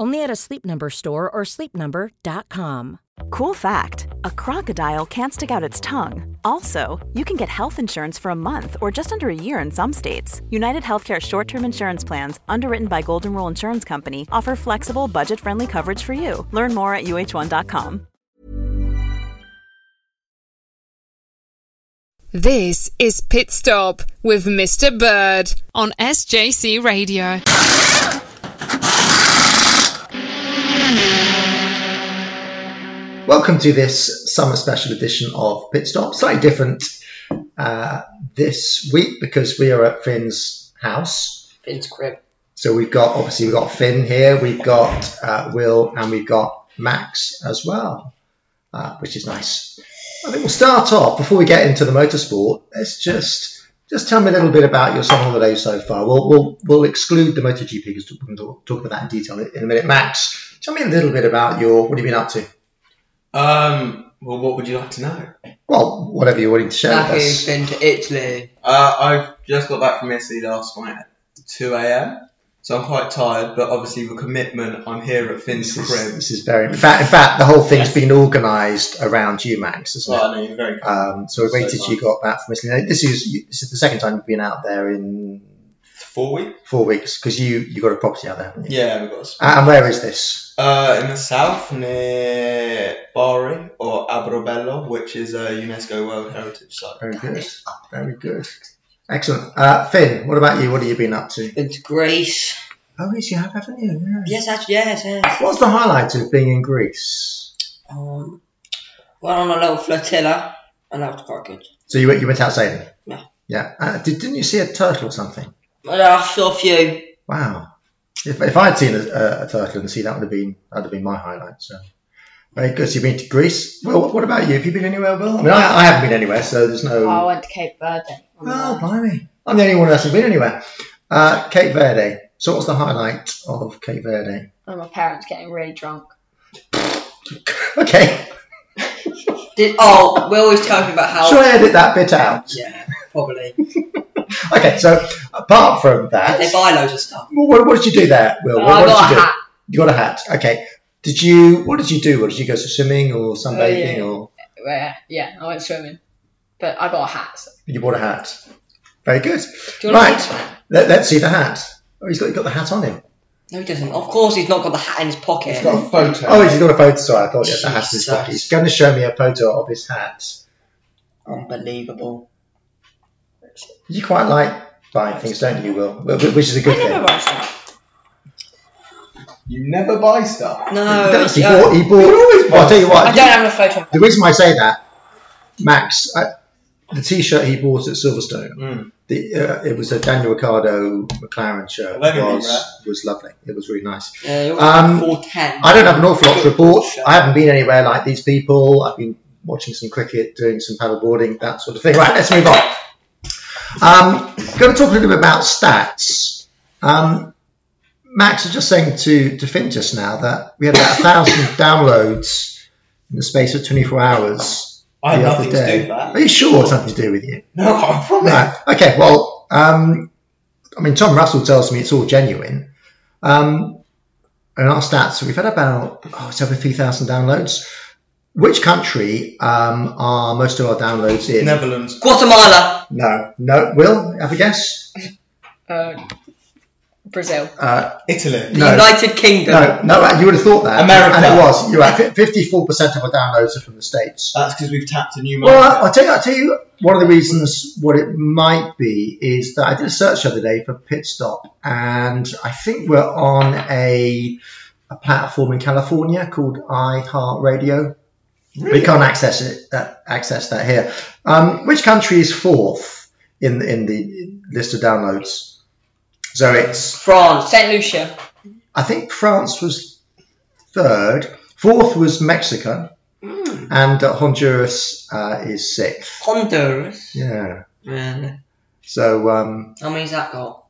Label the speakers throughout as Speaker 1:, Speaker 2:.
Speaker 1: Only at a Sleep Number store or sleepnumber.com.
Speaker 2: Cool fact a crocodile can't stick out its tongue. Also, you can get health insurance for a month or just under a year in some states. United Healthcare short term insurance plans, underwritten by Golden Rule Insurance Company, offer flexible, budget friendly coverage for you. Learn more at uh1.com.
Speaker 3: This is Pit Stop with Mr. Bird on SJC Radio.
Speaker 4: Welcome to this summer special edition of Pit Stop. Slightly different uh, this week because we are at Finn's house.
Speaker 5: Finn's crib.
Speaker 4: So we've got obviously we've got Finn here, we've got uh, Will, and we've got Max as well, uh, which is nice. I think we'll start off before we get into the motorsport. Let's just just tell me a little bit about your summer holiday so far. We'll we'll, we'll exclude the MotoGP because we can talk talk about that in detail in a minute. Max, tell me a little bit about your what have you been up to?
Speaker 6: Um, well, what would you like to know?
Speaker 4: Well, whatever you're willing to share
Speaker 5: Like
Speaker 4: with
Speaker 5: he's
Speaker 4: us.
Speaker 5: been to Italy.
Speaker 6: Uh, I've just got back from Italy last night at 2 a.m., so I'm quite tired, but obviously with commitment, I'm here at Finn's
Speaker 4: This is,
Speaker 6: crib.
Speaker 4: this is very. In fact, in fact, the whole thing's been organised around you, Max, isn't
Speaker 6: Well,
Speaker 4: it?
Speaker 6: I know, you're very
Speaker 4: Um, so we
Speaker 6: So
Speaker 4: waited. till you
Speaker 6: nice.
Speaker 4: got back from Italy. This is this is the second time you've been out there in
Speaker 6: Four weeks?
Speaker 4: four weeks because you you got a property out there. Haven't you?
Speaker 6: Yeah, we've got a sp-
Speaker 4: Uh, And where is this?
Speaker 6: Uh, in the south, near Bari or Abrobello, which is a UNESCO World Heritage Site.
Speaker 4: Very good. Very good. Excellent. Uh, Finn, what about you? What have you been up to?
Speaker 5: Been to Greece.
Speaker 4: Oh, yes, you have, haven't you? Yeah.
Speaker 5: Yes, actually, yes, yes.
Speaker 4: What's the highlight of being in Greece?
Speaker 5: Um, went on a little flotilla, and that was quite good.
Speaker 4: So you went you went out sailing.
Speaker 5: Yeah.
Speaker 4: Yeah. Uh, did, didn't you see a turtle or something?
Speaker 5: Well, I saw a few.
Speaker 4: Wow. If, if I'd seen a, a, a turtle and see that would have been that would have been my highlight. So very good. So you've been to Greece. Well, what, what about you? Have you been anywhere, Will? I mean, I, I haven't been anywhere, so there's no.
Speaker 7: I went to Cape Verde.
Speaker 4: Oh, blimey! I'm the only one who hasn't been anywhere. Uh, Cape Verde. So what's the highlight of Cape Verde?
Speaker 7: And my parents getting really drunk.
Speaker 4: Okay.
Speaker 5: Did oh, Will was telling me about how.
Speaker 4: Should I edit that bit out?
Speaker 5: Yeah, probably.
Speaker 4: Okay. So apart from
Speaker 5: they
Speaker 4: that,
Speaker 5: buy loads of stuff.
Speaker 4: well, what, what did you do there, Will?
Speaker 7: Oh,
Speaker 4: what,
Speaker 7: I
Speaker 4: what
Speaker 7: got a
Speaker 4: did you do?
Speaker 7: hat.
Speaker 4: You got a hat. Okay. Did you? What did you do? What did you go to swimming or
Speaker 7: Oh,
Speaker 4: sunbathing
Speaker 7: yeah.
Speaker 4: or?
Speaker 7: Where, yeah, I went swimming. But I got a hat. so-
Speaker 4: You bought a hat. Very good.
Speaker 5: Do you want
Speaker 4: Right. Let, let's see the hat. Oh, he's got, he's got the hat on him.
Speaker 5: No, he doesn't. Of course, he's not got the hat in his pocket.
Speaker 6: It's got a photo.
Speaker 4: Oh, he's got a photo. Sorry, I thought he had the hat in his
Speaker 5: Jesus.
Speaker 4: pocket. He's going to show me a photo of his hat.
Speaker 5: Unbelievable.
Speaker 4: You quite like buying things, don't you, Will? Wh- wh- Which is a good
Speaker 7: I never
Speaker 4: thing.
Speaker 7: buy stuff.
Speaker 6: You never buy stuff.
Speaker 5: No,
Speaker 4: He
Speaker 5: yeah.
Speaker 4: bought. He bought. Well, I'll tell you
Speaker 7: I
Speaker 4: what.
Speaker 7: don't have a photo.
Speaker 4: The reason why I say that, Max, I, the T-shirt he bought at Silverstone,
Speaker 5: Hmm.
Speaker 6: Mm.
Speaker 4: the, uh, it was a Daniel Ricciardo McLaren shirt.
Speaker 6: Well, they can be rare.
Speaker 4: Was was lovely. It was really nice.
Speaker 5: Yeah, you're
Speaker 4: Um,
Speaker 5: 410.
Speaker 4: I don't have an awful lot to report. I haven't been anywhere like these people. I've been watching some cricket, doing some paddleboarding, that sort of thing. Right, let's move on. Um, going to talk a little bit about stats. Um, Max, I was just saying to, to Finn just now that we had about a thousand downloads in the space of 24 hours.
Speaker 6: I had
Speaker 4: the other
Speaker 6: nothing to do
Speaker 4: day.
Speaker 6: with that.
Speaker 4: Are you sure it's nothing to do with you?
Speaker 6: No, I promise.
Speaker 4: Right. Okay. Well, um, I mean, Tom Russell tells me it's all genuine. Um, and our stats, we've had about oh, it's over three thousand downloads. Which country um, are most of our downloads in?
Speaker 6: Netherlands.
Speaker 5: Guatemala.
Speaker 4: No. No. Will have a guess?
Speaker 7: Uh, Brazil.
Speaker 4: Uh,
Speaker 6: Italy.
Speaker 4: No.
Speaker 5: United Kingdom.
Speaker 4: no. No. You would have thought that.
Speaker 6: America.
Speaker 4: And it was. You're right. Fifty-four percent of our downloads are from the states.
Speaker 6: That's because we've tapped a new market.
Speaker 4: Well, I- I'll tell you, I'll tell you one of the reasons what it might be is that I did a search the other day for pit stop, and I think we're on a, a platform in California called iHeartRadio. We can't access it, that, access that here. Um, which country is fourth in in the list of downloads? So it's
Speaker 5: France.
Speaker 7: St. Lucia.
Speaker 4: I think France was third. Fourth was Mexico, and uh, Honduras uh, is sixth.
Speaker 5: Honduras.
Speaker 4: Yeah.
Speaker 5: Really?
Speaker 4: So um,
Speaker 5: How many's that got?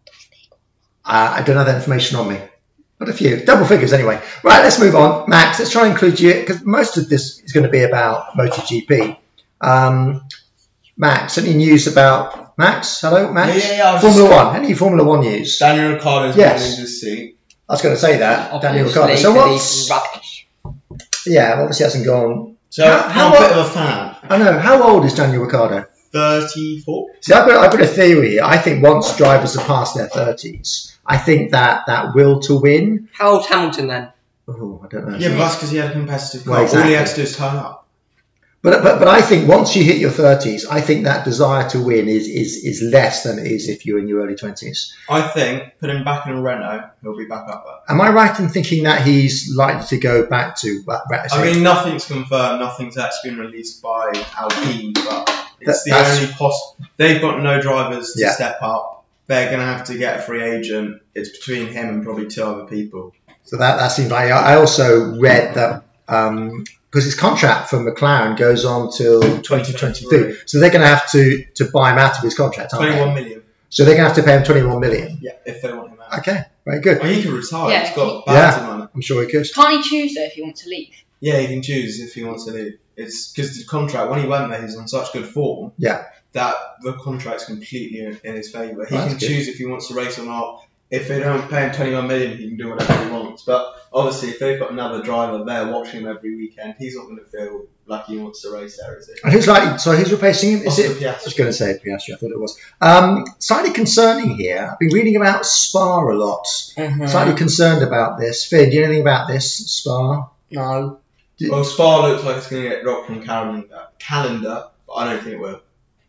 Speaker 4: I, I don't have that information on me, but a few double figures anyway. Right, let's move on, Max. Let's try and include you because most of this is going to be about MotoGP. Um, Max, any news about Max? Hello, Max.
Speaker 6: Yeah, yeah, yeah, I was
Speaker 4: Formula
Speaker 6: just-
Speaker 4: One. Any Formula One news?
Speaker 6: Daniel Ricciardo's
Speaker 4: Yes.
Speaker 6: yes. his seat.
Speaker 4: I was going to say that Daniel
Speaker 5: Obviously,
Speaker 4: Ricciardo. So
Speaker 5: 'cause
Speaker 4: what's
Speaker 5: he's rubbish.
Speaker 4: yeah? Obviously, hasn't gone.
Speaker 6: So
Speaker 4: How- how
Speaker 6: I'm a
Speaker 4: old-
Speaker 6: bit of a fan.
Speaker 4: I know. How old is Daniel Ricciardo?
Speaker 6: 34?
Speaker 4: See, I've got, I've got a theory. I think once drivers are past their thirties, I think that that will to win.
Speaker 5: How old's Hamilton then?
Speaker 4: Oh, I don't know.
Speaker 6: Yeah, but that's because he had a competitive car.
Speaker 4: Well,
Speaker 6: All he had
Speaker 4: exactly.
Speaker 6: to do is turn up.
Speaker 4: But, but but I think once you hit your thirties, I think that desire to win is, is is less than it is if you're in your early twenties.
Speaker 6: I think, put him back in a Renault, he'll be back up there.
Speaker 4: Am I right in thinking that he's likely to go back to? Back, back to
Speaker 6: I mean, nothing's confirmed. Nothing's actually been released by Alpine, but
Speaker 4: That-
Speaker 6: it's the
Speaker 4: that's-
Speaker 6: only poss. They've got no drivers to
Speaker 4: Yeah.
Speaker 6: step up. They're going to have to get a free agent. It's between him and probably two other people.
Speaker 4: so that that seems like. I also read that because his contract from McLaren goes on till 2023, so they're going to have to to buy him out of his contract. Aren't
Speaker 6: Twenty-one
Speaker 4: they?
Speaker 6: million.
Speaker 4: So they're going to have to pay him 21 million.
Speaker 6: Yeah, if they want him out.
Speaker 4: Okay, very good.
Speaker 6: Well, he can retire.
Speaker 7: Yeah.
Speaker 6: He's got bags of
Speaker 4: Yeah,
Speaker 6: money.
Speaker 4: I'm sure he could.
Speaker 7: Can't he choose though if he wants to leave?
Speaker 6: Yeah, he can choose if he wants to leave. It's because the contract when he went there, he was on such good form
Speaker 4: Yeah,
Speaker 6: that the contract's completely in, in his favour. He
Speaker 4: That's
Speaker 6: can
Speaker 4: good.
Speaker 6: choose if he wants to race or not. If they don't pay him 21 million, he can do whatever he wants. But obviously, if they've got another driver there watching him every weekend, he's not going to feel like he wants to race there, is he?
Speaker 4: and who's likely? So who's replacing him? Is
Speaker 6: Oscar
Speaker 4: it? I
Speaker 6: Piastri.
Speaker 4: was going to say Piastri. I thought it was. Um, slightly concerning here. I've been reading about Spa a lot. Slightly concerned about this. Finn, do you know anything about this Spa?
Speaker 5: No.
Speaker 6: Well, Spa looks like it's going to get dropped from calendar, calendar, but I don't think it will.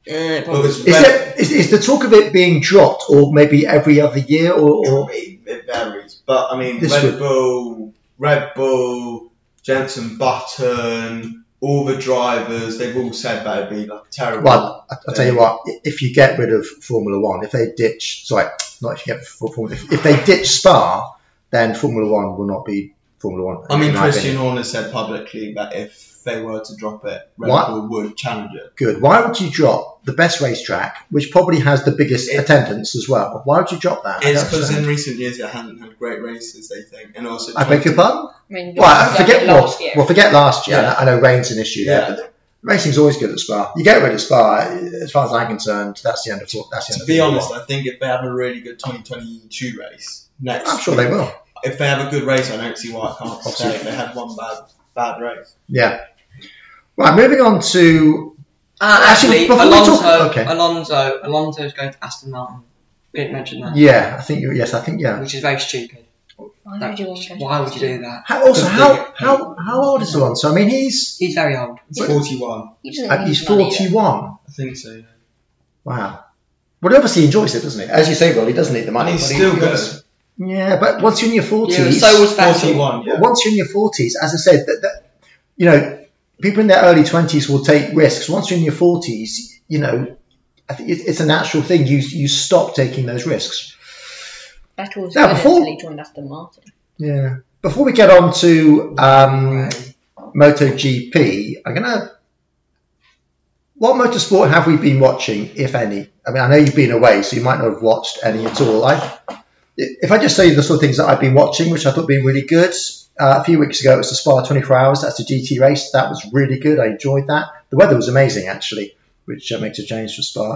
Speaker 5: Eh, probably.
Speaker 6: But it's
Speaker 4: Is it? Is, is the talk of it being dropped, or maybe every other year, or, or
Speaker 6: it, it varies. But I mean,
Speaker 4: This
Speaker 6: Red
Speaker 4: would-
Speaker 6: Bull, Red Bull, Jensen Button, all the drivers, they've all said that would be like a terrible.
Speaker 4: Well, I- I'll tell you what. i- If you get rid of Formula One, if they ditch, sorry, not if you get rid of Formula, if, if they ditch Spa, then Formula One will not be Formula One.
Speaker 6: I mean,
Speaker 4: in my opinion.
Speaker 6: Christian Horner said publicly that if they were to drop it, Red
Speaker 4: What?
Speaker 6: Bull would challenge it.
Speaker 4: Good. Why would you drop the best racetrack, which probably has the biggest
Speaker 6: It-
Speaker 4: attendance as well? Why would you drop that? I
Speaker 6: It's
Speaker 4: don't
Speaker 6: because in
Speaker 4: understand.
Speaker 6: recent years it hasn't had great races, they think, and also.
Speaker 4: I beg your pardon.
Speaker 7: I mean,
Speaker 4: Well, I forget
Speaker 7: last
Speaker 4: what.
Speaker 7: year.
Speaker 4: Well, forget last year.
Speaker 6: Yeah.
Speaker 4: I know rain's an issue there,
Speaker 6: Yeah.
Speaker 4: but racing's always good at Spa. You get rid of Spa, as far as I'm concerned, that's the end of that's the end
Speaker 6: To
Speaker 4: of
Speaker 6: be
Speaker 4: Formula
Speaker 6: honest,
Speaker 4: One.
Speaker 6: I think if they have a really good 2022 race next,
Speaker 4: I'm sure they will.
Speaker 6: if they have a good race, I don't see why I can't say
Speaker 4: Obviously.
Speaker 6: if they had one bad bad race.
Speaker 4: Yeah. Right, moving on to
Speaker 5: Uh,
Speaker 4: Actually,
Speaker 5: actually,
Speaker 4: before we
Speaker 5: Alonso,
Speaker 4: talk- okay.
Speaker 5: Alonso, Alonso's going to Aston Martin. We didn't mention that,
Speaker 4: yeah. I think you yes. I think yeah.
Speaker 5: which is very stupid.
Speaker 7: Why would you want to go to
Speaker 5: Why would you
Speaker 7: Aston?
Speaker 5: do that?
Speaker 4: How, also,
Speaker 6: The
Speaker 4: how
Speaker 6: big-
Speaker 4: how how old is Alonso? I mean, he's
Speaker 5: He's very old.
Speaker 6: It's 41,
Speaker 7: He doesn't
Speaker 4: uh,
Speaker 7: need
Speaker 4: he's
Speaker 7: money, though.
Speaker 4: 41.
Speaker 6: I think so.
Speaker 4: Wow. Well, obviously he enjoys it, doesn't he? As you say, well, he doesn't need the money.
Speaker 6: And he's
Speaker 4: but he-
Speaker 6: still
Speaker 4: he
Speaker 6: good.
Speaker 4: obviously- Yeah, but once you're in your
Speaker 5: Yeah,
Speaker 4: forties,
Speaker 5: so was Vettel.
Speaker 6: 41, yeah.
Speaker 4: once you're in your forties, as I said, that, that you know, people in their early twenties will take risks. Once you're in your forties, you know, I think it, it's a natural thing. You you stop taking those risks.
Speaker 7: Vettel was
Speaker 4: Now,
Speaker 7: good
Speaker 4: before-
Speaker 7: until he joined Aston Martin.
Speaker 4: Yeah. Before we get on to um, MotoGP, I'm gonna. What motorsport have we been watching, if any? I mean, I know you've been away, so you might not have watched any at all. I, if I just tell you the sort of things that I've been watching, which I thought been really good. Uh, a few weeks ago, it was the Spa 24 Hours. That's a GT race. That was really good. I enjoyed that. The weather was amazing, actually, which uh, makes a change for Spa.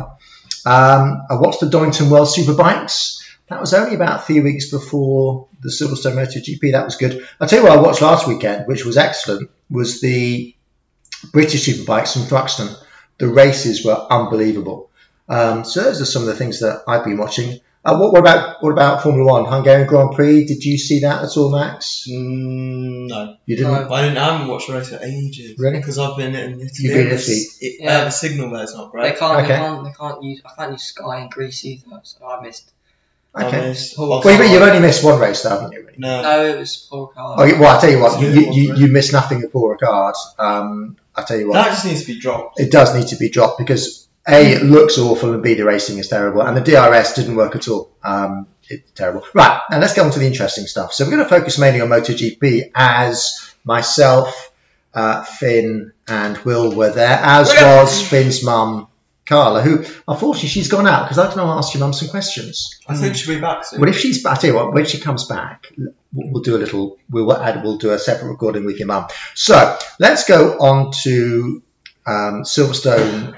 Speaker 4: Um, I watched the Doynton Wells Superbikes. That was only about three weeks before the Silverstone MotoGP. That was good. I'll tell you what I watched last weekend, which was excellent, was the British Superbikes from Thruxton. The races were unbelievable. Um, so those are some of the things that I've been watching. Uh, what, what about what about Formula One, Hungarian Grand Prix? Did you see that at all, Max?
Speaker 6: Mm, no.
Speaker 4: You didn't.
Speaker 6: No, I, didn't, I haven't watched a race for ages.
Speaker 4: Really?
Speaker 6: Because I've been in Italy.
Speaker 4: You've been in
Speaker 6: and it's- It,
Speaker 5: Yeah.
Speaker 6: uh, the signal there's not
Speaker 5: They
Speaker 6: great.
Speaker 5: can't,
Speaker 4: Okay.
Speaker 5: they can't, they can't use. I can't use Sky in Greece either, so I missed
Speaker 6: I
Speaker 4: Okay.
Speaker 6: missed. Well,
Speaker 4: Wait, Uh, but you've only missed one race, haven't you? really?
Speaker 6: No.
Speaker 5: No, it was poor car.
Speaker 4: Oh, you- well, I tell you what, you, you, you,
Speaker 6: Yeah.
Speaker 4: you missed nothing at Paul Ricard. Um, I tell you what,
Speaker 6: That just needs to be dropped.
Speaker 4: it does need to be dropped because a it looks awful and b the racing is terrible and the DRS didn't work at all. Um, it's terrible. Right, now let's get on to the interesting stuff. So we're going to focus mainly on MotoGP as myself, uh, Finn, and Will were there, as was Finn's mum. Carla, who unfortunately she's gone out because I was going to ask your mum some questions.
Speaker 6: I think she'll be back soon.
Speaker 4: Well, if she's, I tell you Hmm. what, when she comes back, l- we'll do a little, we'll add, we'll do a separate recording with your mum. So let's go on to um, Silverstone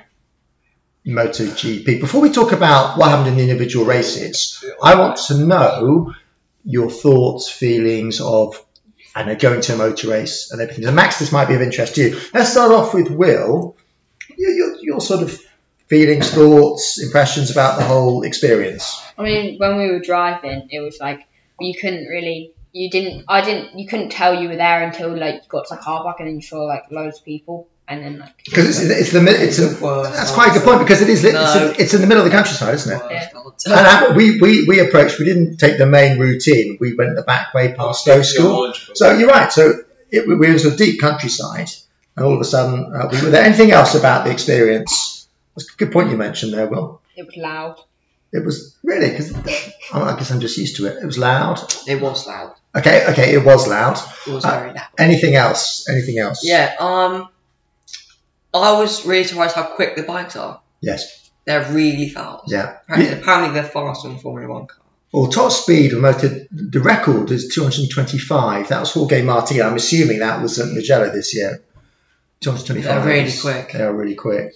Speaker 4: MotoGP. Before we talk about what happened in the individual races, I want to know your thoughts, feelings of, I know, going to a motor race and everything. So Max, this might be of interest to you. Let's start off with Will. Your, your, your sort of feelings, thoughts, impressions about the whole experience.
Speaker 7: I mean, when we were driving, it was like you couldn't really, you didn't, I didn't, you couldn't tell you were there until like you got to the car park and then you saw like loads of people and then like
Speaker 4: Because it's, it's the mid- it's a,
Speaker 5: Well,
Speaker 4: that's quite a good point because it is li- it's,
Speaker 5: No.
Speaker 4: in, it's in the middle of the countryside, isn't it?
Speaker 5: Yeah.
Speaker 4: And I, we, we we approached. We didn't take the main route in. We went the back way past Stowe School. So you're right. So it, we were in sort of deep countryside, and all of a sudden uh, we were there. Anything else about the experience? That's a good point you mentioned there, Will.
Speaker 7: it was loud.
Speaker 4: It was really because I guess I'm just used to it. It was loud.
Speaker 5: It was loud.
Speaker 4: Okay, okay, it was loud.
Speaker 5: It was
Speaker 4: Uh,
Speaker 5: very loud.
Speaker 4: Anything else? Anything else?
Speaker 5: Yeah, um, I was really surprised how quick the bikes are.
Speaker 4: Yes.
Speaker 5: They're really fast.
Speaker 4: Yeah.
Speaker 5: Apparently, apparently they're faster than Formula One car.
Speaker 4: Well, top speed of motor, the record is 225. That was Jorge Martin. I'm assuming that was at Mugello this year. 225.
Speaker 5: They're really quick.
Speaker 4: They are really quick.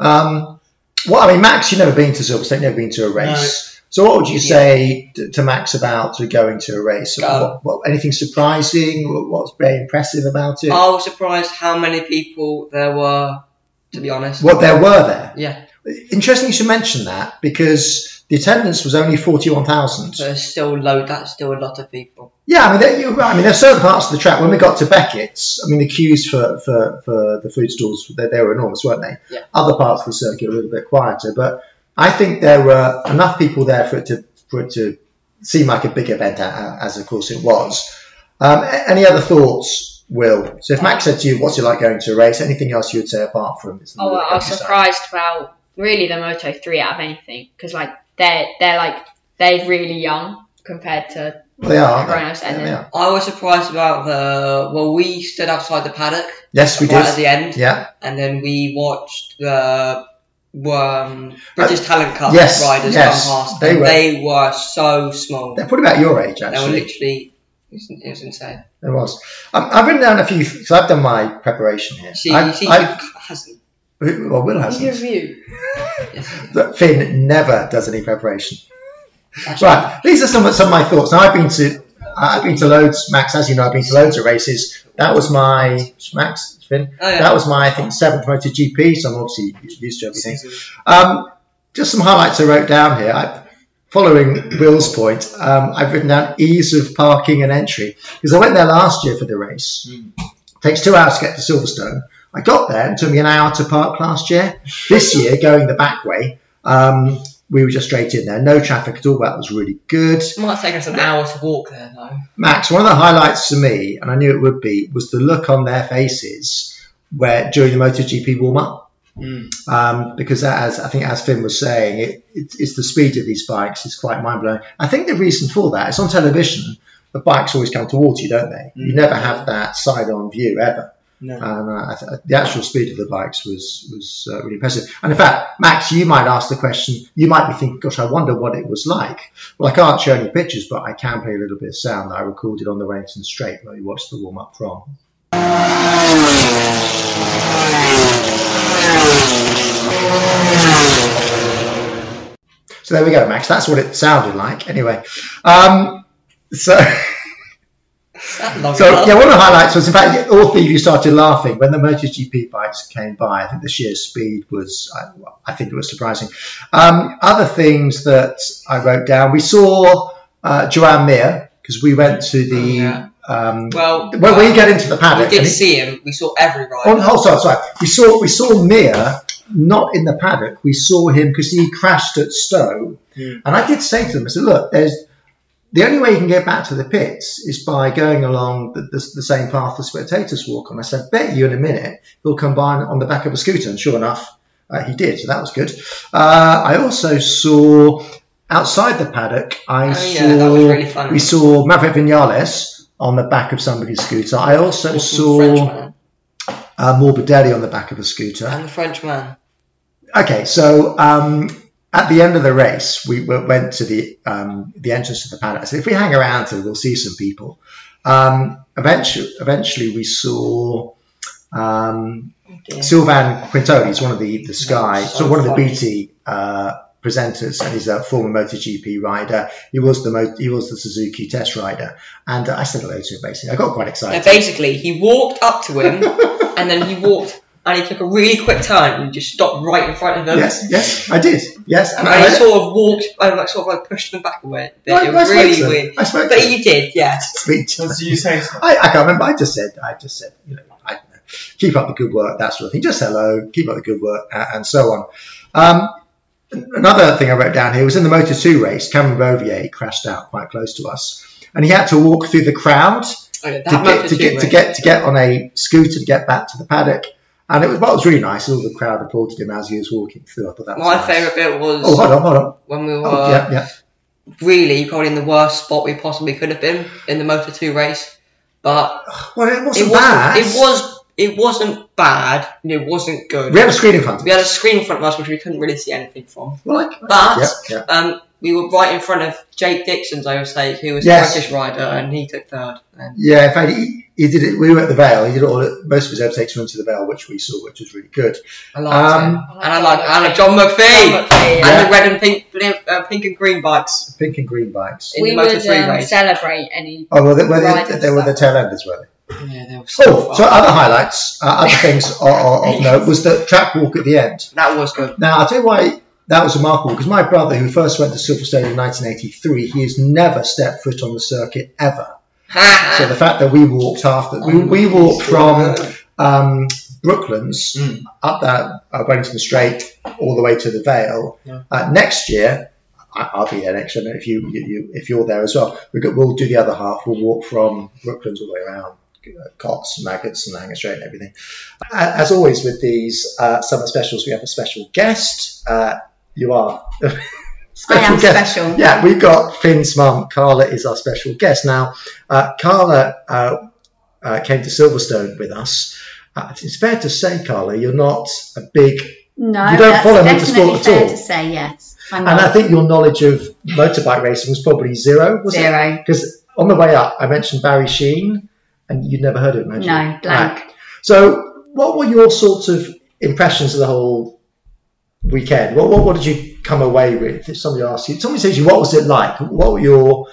Speaker 4: Um, well, I mean, Max, you've never been to Silverstone, never been to a race. So, what would you say to, to Max about sort of going to a race?
Speaker 5: Go.
Speaker 4: What, what, anything surprising? What, what's very impressive about it?
Speaker 5: I was surprised how many people there were. To be honest.
Speaker 4: what there were there?
Speaker 5: Yeah,
Speaker 4: Interesting you should mention that because the attendance was only 41,000.
Speaker 5: but it's still low. That's still a lot of people.
Speaker 4: Yeah, I mean, there, you're right. I mean, there's certain parts of the track. When we got to Beckett's, I mean, the queues for, for, for the food stalls they, they were enormous, weren't they?
Speaker 5: Yeah.
Speaker 4: Other parts of the circuit were a little bit quieter, but I think there were enough people there for it to for it to seem like a big event, a- a- as of course it was. Um, a- any other thoughts, Will? So if Max said to you, "What's it like going to a race?" Anything else you would say apart from it's the
Speaker 7: Oh,
Speaker 4: middle of the
Speaker 7: I was
Speaker 4: countryside?
Speaker 7: surprised about really the Moto three out of anything because like they're they're like they're really young compared to
Speaker 4: Well, they are. aren't they?
Speaker 7: Everyone else, and
Speaker 4: Yeah, they
Speaker 7: then-
Speaker 4: are.
Speaker 5: I was surprised about the well. We stood outside the paddock
Speaker 4: Yes, we
Speaker 5: right at
Speaker 4: did.
Speaker 5: the end,
Speaker 4: Yeah.
Speaker 5: and then we watched the um, British Talent Cup
Speaker 4: Uh, yes,
Speaker 5: riders
Speaker 4: yes,
Speaker 5: come past.
Speaker 4: they
Speaker 5: and
Speaker 4: were.
Speaker 5: they were so small.
Speaker 4: They're probably about your age,
Speaker 5: They were
Speaker 4: actually.
Speaker 5: literally. It was, it was insane.
Speaker 4: There was. Um, I've written down a few because I've done my preparation here.
Speaker 5: She,
Speaker 4: I,
Speaker 5: she
Speaker 4: I,
Speaker 5: hasn't.
Speaker 4: well, Will hasn't.
Speaker 7: review.
Speaker 4: But Finn never does any preparation.
Speaker 5: Actually,
Speaker 4: Right. These are some of, some of my thoughts. Now, I've been to I've been to loads, Max. As you know, I've been to loads of races. That was my Max Finn.
Speaker 5: Oh, yeah.
Speaker 4: That was my I think seventh motor GP. So I'm obviously used to everything. Um, just some highlights I wrote down here. I, following Will's point, um, I've written down ease of parking and entry because I went there last year for the race. Takes two hours to get to Silverstone. I got there and it took me an hour to park last year. This year, going the back way, um, we were just straight in there. No traffic at all. That was really good.
Speaker 5: It might take us an hour to walk there, though.
Speaker 4: Max, one of the highlights for me, and I knew it would be, was the look on their faces where during the MotoGP warm up. Um, because as I think, as Finn was saying, it, it, it's the speed of these bikes is quite mind blowing. I think the reason for that is on television, the bikes always come towards you, don't they? You never have that side on view ever.
Speaker 6: No.
Speaker 4: And uh, I th- the actual speed of the bikes was was uh, really impressive. And in fact, Max, you might ask the question. You might be thinking, "Gosh, I wonder what it was like." Well, I can't show any pictures, but I can play a little bit of sound that I recorded on the Wellington Straight where we watched the warm up from. So there we go, Max. That's what it sounded like. Anyway, um, so.
Speaker 5: That long
Speaker 4: So
Speaker 5: enough.
Speaker 4: yeah, one of the highlights was in fact all three of you started laughing when the MotoGP bikes came by. I think the sheer speed was, I, I think it was surprising. Um, other things that I wrote down, we saw uh, Joanne Mir because we went to the. Um,
Speaker 5: Oh, Well, uh,
Speaker 4: when we get into the
Speaker 5: we
Speaker 4: paddock,
Speaker 5: did
Speaker 4: and he-
Speaker 5: see him. We saw every rider.
Speaker 4: Oh, no, sorry, sorry. We saw we saw Mir not in the paddock. We saw him because he crashed at Stowe,
Speaker 5: Hmm.
Speaker 4: And I did say to them, I said, look, there's the only way you can get back to the pits is by going along the, the, the same path the spectators walk on. I said, bet you in a minute he'll come by on on the back of a scooter. And sure enough, uh, he did. So that was good. Uh, I also saw outside the paddock, I
Speaker 5: Oh,
Speaker 4: saw
Speaker 5: yeah, that was really funny.
Speaker 4: we saw Maverick Vinales on the back of somebody's scooter. I also
Speaker 5: Awesome French
Speaker 4: saw
Speaker 5: man.
Speaker 4: uh, Morbidelli on the back of a scooter.
Speaker 5: I'm a French man.
Speaker 4: Okay, so um, at the end of the race, we w- went to the um, the entrance to the paddock. I said, if we hang around till we'll see some people. Um, eventually, eventually, we saw um,
Speaker 5: Oh, dear.
Speaker 4: Sylvan Quintoli. He's one of the the Sky,
Speaker 5: That's
Speaker 4: so,
Speaker 5: so
Speaker 4: one of the
Speaker 5: funny.
Speaker 4: BT uh, presenters, and he's a former MotoGP rider. He was the mo- he was the Suzuki test rider, and uh, I said hello to him. Basically, I got quite
Speaker 5: Now,
Speaker 4: excited.
Speaker 5: basically, he walked up to him, and then he walked, and he took a really quick turn and just stopped right in front of them.
Speaker 4: Yes, yes, I did. Yes,
Speaker 5: And I sort of walked, I like sort of like pushed them back away. It
Speaker 4: I- I
Speaker 5: was
Speaker 4: spoke
Speaker 5: really
Speaker 4: to him.
Speaker 5: weird.
Speaker 4: I spoke
Speaker 5: but
Speaker 4: to him.
Speaker 5: you did, yeah.
Speaker 6: That's you saying stuff.
Speaker 4: I, I can't remember. I just said, I just said, you know, I don't know, keep up the good work, that sort of thing. Just hello, keep up the good work, a- and so on. Um, another thing I wrote down here was in the Motor 2 race, Cameron Bovier crashed out quite close to us. And he had to walk through the crowd to
Speaker 5: Okay, that
Speaker 4: get
Speaker 5: matters
Speaker 4: to
Speaker 5: too,
Speaker 4: get, to
Speaker 5: mate.
Speaker 4: get to get on a scooter to get back to the paddock. And it was what was really nice. All the crowd applauded him as he was walking through. I thought that was
Speaker 5: My
Speaker 4: nice.
Speaker 5: favourite bit was Uh,
Speaker 4: Oh, hold on, hold on.
Speaker 5: when we were
Speaker 4: Oh, yeah, yeah.
Speaker 5: really probably in the worst spot we possibly could have been in the Moto 2 race. But
Speaker 4: Well, it wasn't
Speaker 5: it wasn't,
Speaker 4: bad.
Speaker 5: it was it wasn't bad and it wasn't good.
Speaker 4: We had a screen in front of
Speaker 5: We
Speaker 4: us.
Speaker 5: had a screen in front of us which we couldn't really see anything from.
Speaker 4: Well, I-
Speaker 5: But
Speaker 4: Yeah, yeah.
Speaker 5: Um, we were right in front of Jake Dixon's overtake, who was
Speaker 4: Yes.
Speaker 5: a British rider, and he took third. And
Speaker 4: Yeah, in fact, he, he did it. We were at the Vale. He did all most of his overtakes went to the Vale, which we saw, which was really good.
Speaker 5: I liked
Speaker 4: Um,
Speaker 5: him. And I like and I like John McPhee. And the red and pink, bl- uh, pink and green bikes.
Speaker 4: Pink and green bikes.
Speaker 5: In
Speaker 7: we
Speaker 5: the Moto
Speaker 7: would
Speaker 5: 3
Speaker 7: um,
Speaker 5: race.
Speaker 7: celebrate any.
Speaker 4: Oh well, they, well,
Speaker 7: Right,
Speaker 4: they, they were the tail enders, were they?
Speaker 5: Yeah, they were
Speaker 4: Oh, so other highlights, uh, other things of, of, of note was the track walk at the end.
Speaker 5: that was good.
Speaker 4: Now I'll tell you why that was remarkable because my brother, who first went to Silverstone in 1983, he has never stepped foot on the circuit ever. So the fact that we walked after, we, we walked from um, Brooklands
Speaker 6: Mm.
Speaker 4: up that uh, Wellington Strait all the way to the Vale. Uh, next year, I, I'll be there next year. I don't know If you, you, you if you're there as well, we got, we'll do the other half. We'll walk from Brooklands all the way around. uh, Cots, maggots, and Hanger Strait, and everything. A- As always with these uh, summer specials, we have a special guest. Uh, you are. special
Speaker 7: am special.
Speaker 4: Yeah, we've got Finn's mum. Carla is our special guest. Now, uh, Carla uh, uh, came to Silverstone with us. Uh, it's fair to say, Carla, you're not a big,
Speaker 8: No,
Speaker 4: You don't
Speaker 8: that's
Speaker 4: follow
Speaker 8: definitely
Speaker 4: motorsport at
Speaker 8: fair
Speaker 4: all.
Speaker 8: to say yes. I'm
Speaker 4: and I
Speaker 8: not.
Speaker 4: think your knowledge of motorbike racing was probably zero, was
Speaker 8: Zero.
Speaker 4: Because on the way up, I mentioned Barry Sheen, and you'd never heard of him, had you?
Speaker 8: No, blank.
Speaker 4: Right. So, what were your sorts of impressions of the whole weekend? What, what, what did you come away with? If somebody asks you, if somebody says to you, what was it like? What were your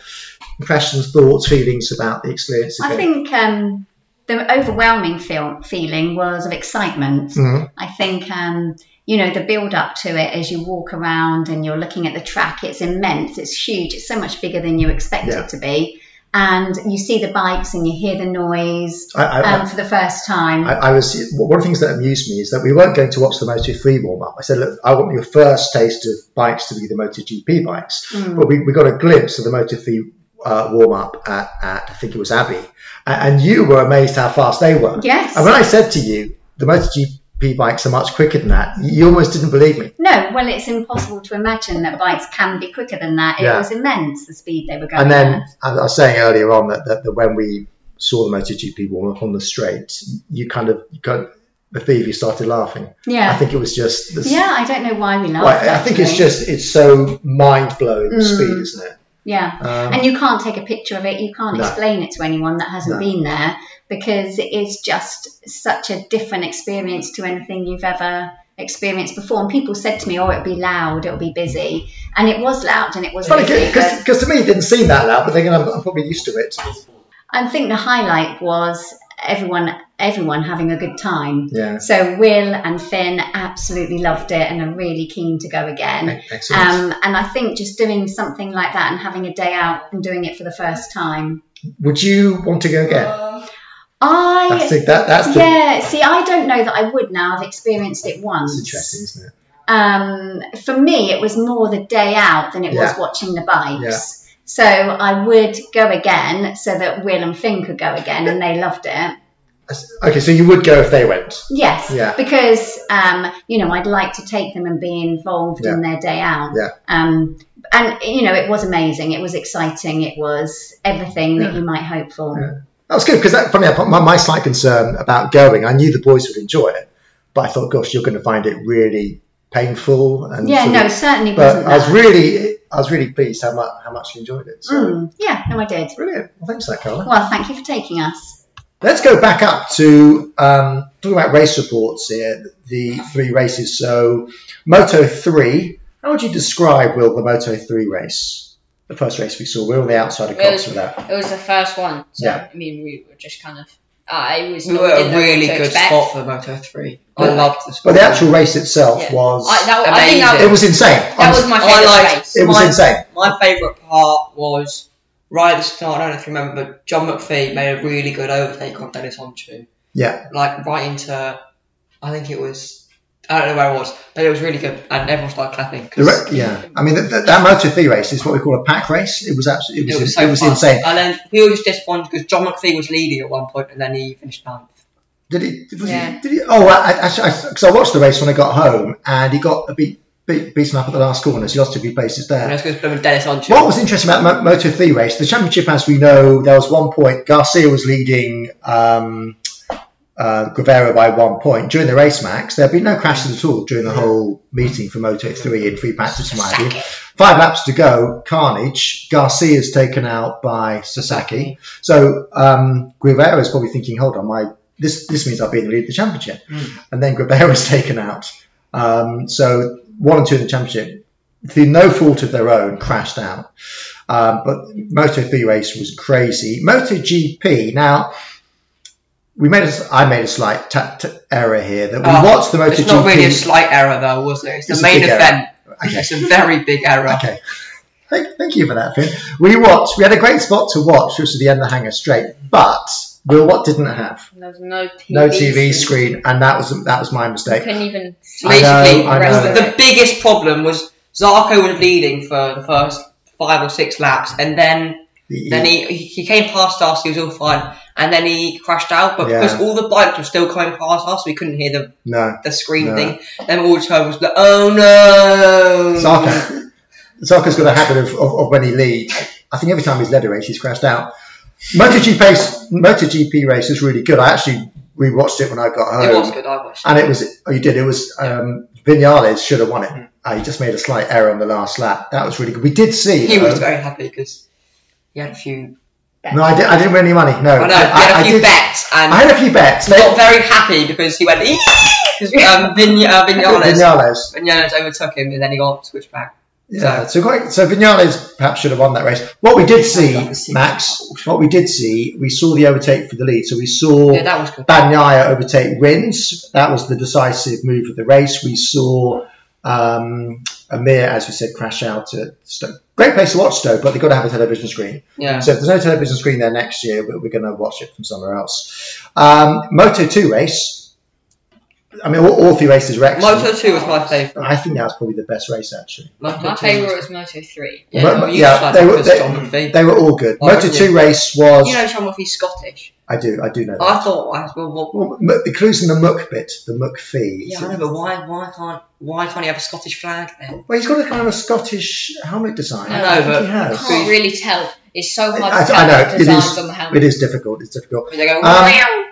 Speaker 4: impressions, thoughts, feelings about the experience? of
Speaker 8: I
Speaker 4: it?
Speaker 8: think um, the overwhelming feel, feeling was of excitement.
Speaker 4: Mhm.
Speaker 8: I think, um, you know, the build up to it as you walk around and you're looking at the track, it's immense, it's huge, it's so much bigger than you expect
Speaker 4: Yeah.
Speaker 8: it to be. And you see the bikes and you hear the noise
Speaker 4: I- I-
Speaker 8: um, for the first time.
Speaker 4: I, I was one of the things that amused me is that we weren't going to watch the Moto Three warm up. I said, look, I want your first taste of bikes to be the Moto GP bikes,
Speaker 8: Mm.
Speaker 4: but we, we got a glimpse of the Moto Three uh, warm up at, at I think it was Abbey, A- and you were amazed how fast they were.
Speaker 8: Yes.
Speaker 4: And when I said to you, the Moto GP bikes are much quicker than that, you almost didn't believe me.
Speaker 8: no, well, it's impossible to imagine that bikes can be quicker than that. It
Speaker 4: Yeah.
Speaker 8: was immense, the speed they were going
Speaker 4: And
Speaker 8: at.
Speaker 4: then I I was saying earlier on that, that, that when we saw the Moto GP warm up on the straight, you kind of you kind of, the three of you started laughing.
Speaker 8: Yeah.
Speaker 4: I think it was just the
Speaker 8: Yeah, I don't know why we laughed.
Speaker 4: Well, I I think it's
Speaker 8: actually.
Speaker 4: just it's so mind blowing
Speaker 8: Mm.
Speaker 4: speed, isn't it?
Speaker 8: yeah,
Speaker 4: Um,
Speaker 8: and you can't take a picture of it. You can't
Speaker 4: No.
Speaker 8: explain it to anyone that hasn't
Speaker 4: No.
Speaker 8: been there because it is just such a different experience to anything you've ever experienced before. And people said to me, "Oh, it'll be loud, it'll be busy," and it was loud and it was busy. but-
Speaker 4: Because to me it didn't seem that loud, but then I'm, I'm probably used to it.
Speaker 8: I think the highlight was everyone everyone having a good time.
Speaker 4: Yeah.
Speaker 8: So Will and Finn absolutely loved it and are really keen to go again.
Speaker 4: Excellent.
Speaker 8: Um, and I think just doing something like that and having a day out and doing it for the first time.
Speaker 4: Would you want to go again?
Speaker 8: Oh, I
Speaker 4: That's the, that, that's the
Speaker 8: yeah. See, I don't know that I would now. I've experienced it once.
Speaker 4: that's interesting, isn't it?
Speaker 8: um, for me, it was more the day out than it was
Speaker 4: Yeah.
Speaker 8: watching the bikes. So I would go again so that Will and Finn could go again, and they loved it.
Speaker 4: Okay, so you would go if they went.
Speaker 8: Yes,
Speaker 4: Yeah.
Speaker 8: because um, you know I'd like to take them and be involved in
Speaker 4: Yeah.
Speaker 8: their day out.
Speaker 4: Yeah.
Speaker 8: Um, and you know it was amazing. It was exciting. It was everything that you might hope for.
Speaker 4: That was good because that, funny, enough, my, my slight concern about going, I knew the boys would enjoy it, but I thought, gosh, you're going to find it really painful. And
Speaker 8: Yeah,
Speaker 4: sort
Speaker 8: no,
Speaker 4: of-
Speaker 8: certainly
Speaker 4: But
Speaker 8: wasn't
Speaker 4: I was
Speaker 8: that.
Speaker 4: really, I was really pleased how much how much you enjoyed it. So
Speaker 8: Mm, yeah, no, I did.
Speaker 4: brilliant. Well, thanks for that, Caroline.
Speaker 8: Well, thank you for taking us.
Speaker 4: Let's go back up to um, talking about race reports here. The three races. So Moto three. How would you describe Will the Moto three race? The first race we saw. We're on the outside of
Speaker 7: It
Speaker 4: Cox
Speaker 7: was,
Speaker 4: with that.
Speaker 7: it was the first one. So,
Speaker 4: Yeah.
Speaker 7: I mean, we were just kind of. I was.
Speaker 5: We
Speaker 7: not
Speaker 5: were
Speaker 7: didn't
Speaker 5: a
Speaker 7: know what
Speaker 5: really
Speaker 7: to
Speaker 5: good
Speaker 7: expect.
Speaker 5: spot for Moto 3. I loved this.
Speaker 4: But the actual race itself
Speaker 7: Yeah.
Speaker 4: was.
Speaker 7: Oh, I, that, I think that,
Speaker 4: it was insane.
Speaker 7: that was my
Speaker 5: I
Speaker 7: favorite
Speaker 5: liked-
Speaker 7: race.
Speaker 4: It was
Speaker 5: my,
Speaker 4: insane.
Speaker 5: My favourite part was right at the start. I don't know if you remember, but John McPhee made a really good overtake on Dennis Onchu,
Speaker 4: Yeah,
Speaker 5: like right into. I think it was. I don't know where it was, but it was really good, and everyone started clapping. 'cause
Speaker 4: the re- yeah. I mean, that, that, that Moto three race is what we call a pack race. It was absolutely. It was. Uh, It was,
Speaker 5: so fast.
Speaker 4: insane.
Speaker 5: And then we were just disappointed because John McPhee was leading at one point, and then he finished ninth.
Speaker 4: Did he? Was
Speaker 7: Yeah.
Speaker 4: he did he? Oh, I- I- actually, because I, watched the race when I got home, and he got a beat, beat beaten up at the last corner. So he lost a few places there.
Speaker 5: And that's because blooming Dennis Onchu.
Speaker 4: What was interesting about the Moto 3 race, the championship, as we know, there was one point, Garcia was leading um, uh, Guevara by one point. During the race, Max, there had been no crashes at all during the whole meeting for Moto 3 in three practice and what have you. Five laps to go, carnage. Garcia's taken out by Sasaki. So um, Guevara's probably thinking, hold on, my this, this means I'll be in the lead of the championship. And then Guevara's taken out. Um, so one and two in the championship through no fault of their own, crashed out. Um, but Moto 3 race was crazy. Moto GP, now, we made a, s- I made a slight ta- ta- error here that we
Speaker 5: Oh,
Speaker 4: watched the Moto
Speaker 5: It's not
Speaker 4: GP.
Speaker 5: really a slight error though, was it? It's the
Speaker 4: It's a
Speaker 5: main
Speaker 4: big error.
Speaker 5: event.
Speaker 4: Okay.
Speaker 5: It's a very big error.
Speaker 4: Okay. Thank, thank you for that, Finn. We watched, we had a great spot to watch, which was the end of the hanger straight, but Will Watt didn't have.
Speaker 7: There was no TV.
Speaker 4: No TV screen, and that was that was my mistake.
Speaker 7: Couldn't even.
Speaker 4: I know,
Speaker 5: Basically,
Speaker 4: I know.
Speaker 5: the- the biggest problem was Zarko was leading for the first five or six laps, and then
Speaker 4: He-
Speaker 5: then he he came past us. He was all fine, and then he crashed out. But
Speaker 4: Yeah.
Speaker 5: because all the bikes were still coming past us, we couldn't hear the
Speaker 4: no.
Speaker 5: the screen
Speaker 4: No.
Speaker 5: thing. Then all the time was like, "Oh no!"
Speaker 4: Zarka. Zarka's got a habit of, of, of when he leads. I think every time he's led a race, he's crashed out. MotoGP, race- MotoGP race is really good. I actually rewatched it when I got home.
Speaker 5: It was good. I watched.
Speaker 4: And it was, oh, you did, it was, um, Vinales should have won it.
Speaker 5: Hmm.
Speaker 4: Uh, he just made a slight error on the last lap. That was really good. We did see.
Speaker 5: He
Speaker 4: though-
Speaker 5: was very happy because he had a few.
Speaker 4: no, I, did, I didn't win any money. No,
Speaker 5: I know, he had a few
Speaker 4: did-
Speaker 5: bets and.
Speaker 4: I had a few bets.
Speaker 5: got very happy because he went because um, Vin, uh, Vinales,
Speaker 4: Vinales.
Speaker 5: Vinales overtook him and then he got switched back.
Speaker 4: Yeah, so quite, so Vinales perhaps should have won that race. What we did
Speaker 5: I'd
Speaker 4: see,
Speaker 5: like to see
Speaker 4: Max, what we did see, we saw the overtake for the lead. So we saw
Speaker 5: Yeah, that was good.
Speaker 4: Bagnaia overtake wins. That was the decisive move of the race. We saw um, Amir, as we said, crash out at Stoke. Great place to watch Stoke, but they've got to have a television screen.
Speaker 5: Yeah.
Speaker 4: So if there's no television screen there next year, we- we're going to watch it from somewhere else. Um, Moto 2 race. I mean, all, all three races were excellent.
Speaker 5: Moto two was my favourite.
Speaker 4: I think that was probably the best race, actually.
Speaker 5: Moto
Speaker 7: My
Speaker 5: 2
Speaker 7: favorite
Speaker 5: was-
Speaker 7: was Moto Three.
Speaker 5: Yeah,
Speaker 4: Mo-
Speaker 5: no, you
Speaker 4: yeah,
Speaker 5: just like
Speaker 4: they
Speaker 5: it
Speaker 4: were-
Speaker 5: because
Speaker 4: they-
Speaker 5: John McPhee.
Speaker 4: They were all good.
Speaker 5: Oh,
Speaker 4: Moto
Speaker 5: yeah.
Speaker 4: 2 race was.
Speaker 5: You know, Sean McPhee's Scottish.
Speaker 4: I do, I do know that.
Speaker 5: I thought, I, well, well,
Speaker 4: Well, m- it includes in the muck bit, the muck fee.
Speaker 5: yeah, I know, but why, why can't, why can't he have a Scottish flag then?
Speaker 4: Well, he's got a kind of a Scottish helmet design.
Speaker 5: I
Speaker 4: I
Speaker 5: know,
Speaker 4: think
Speaker 5: but
Speaker 4: he has.
Speaker 7: I
Speaker 8: Oh.
Speaker 7: can't really tell. It's so hard
Speaker 4: I,
Speaker 7: to tell
Speaker 4: I
Speaker 7: the
Speaker 4: know it
Speaker 7: designs on the
Speaker 4: is.
Speaker 7: helmet.
Speaker 4: It is difficult. It's difficult.
Speaker 5: But they go,
Speaker 4: Um,
Speaker 5: "Meow."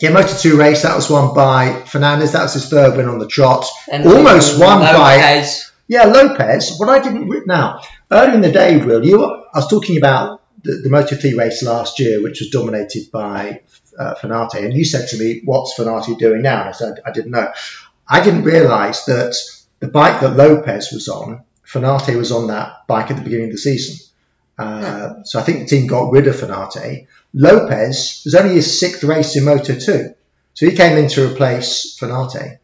Speaker 4: Yeah, Moto Two race that was won by Fernandez. That was his third win on the trot.
Speaker 5: And
Speaker 4: Almost won by
Speaker 5: Lopez.
Speaker 4: yeah Lopez. What I didn't re- now earlier in the day, Will, you were- I was talking about the, the Moto Three race last year, which was dominated by uh, Fanate, and you said to me, "What's Fanate doing now?" And I said, "I didn't know." I didn't realise that the bike that Lopez was on, Fanate was on that bike at the beginning of the season. Uh, So I think the team got rid of Fanate. Lopez was only his sixth race in Moto 2. So he came in to replace Fanate.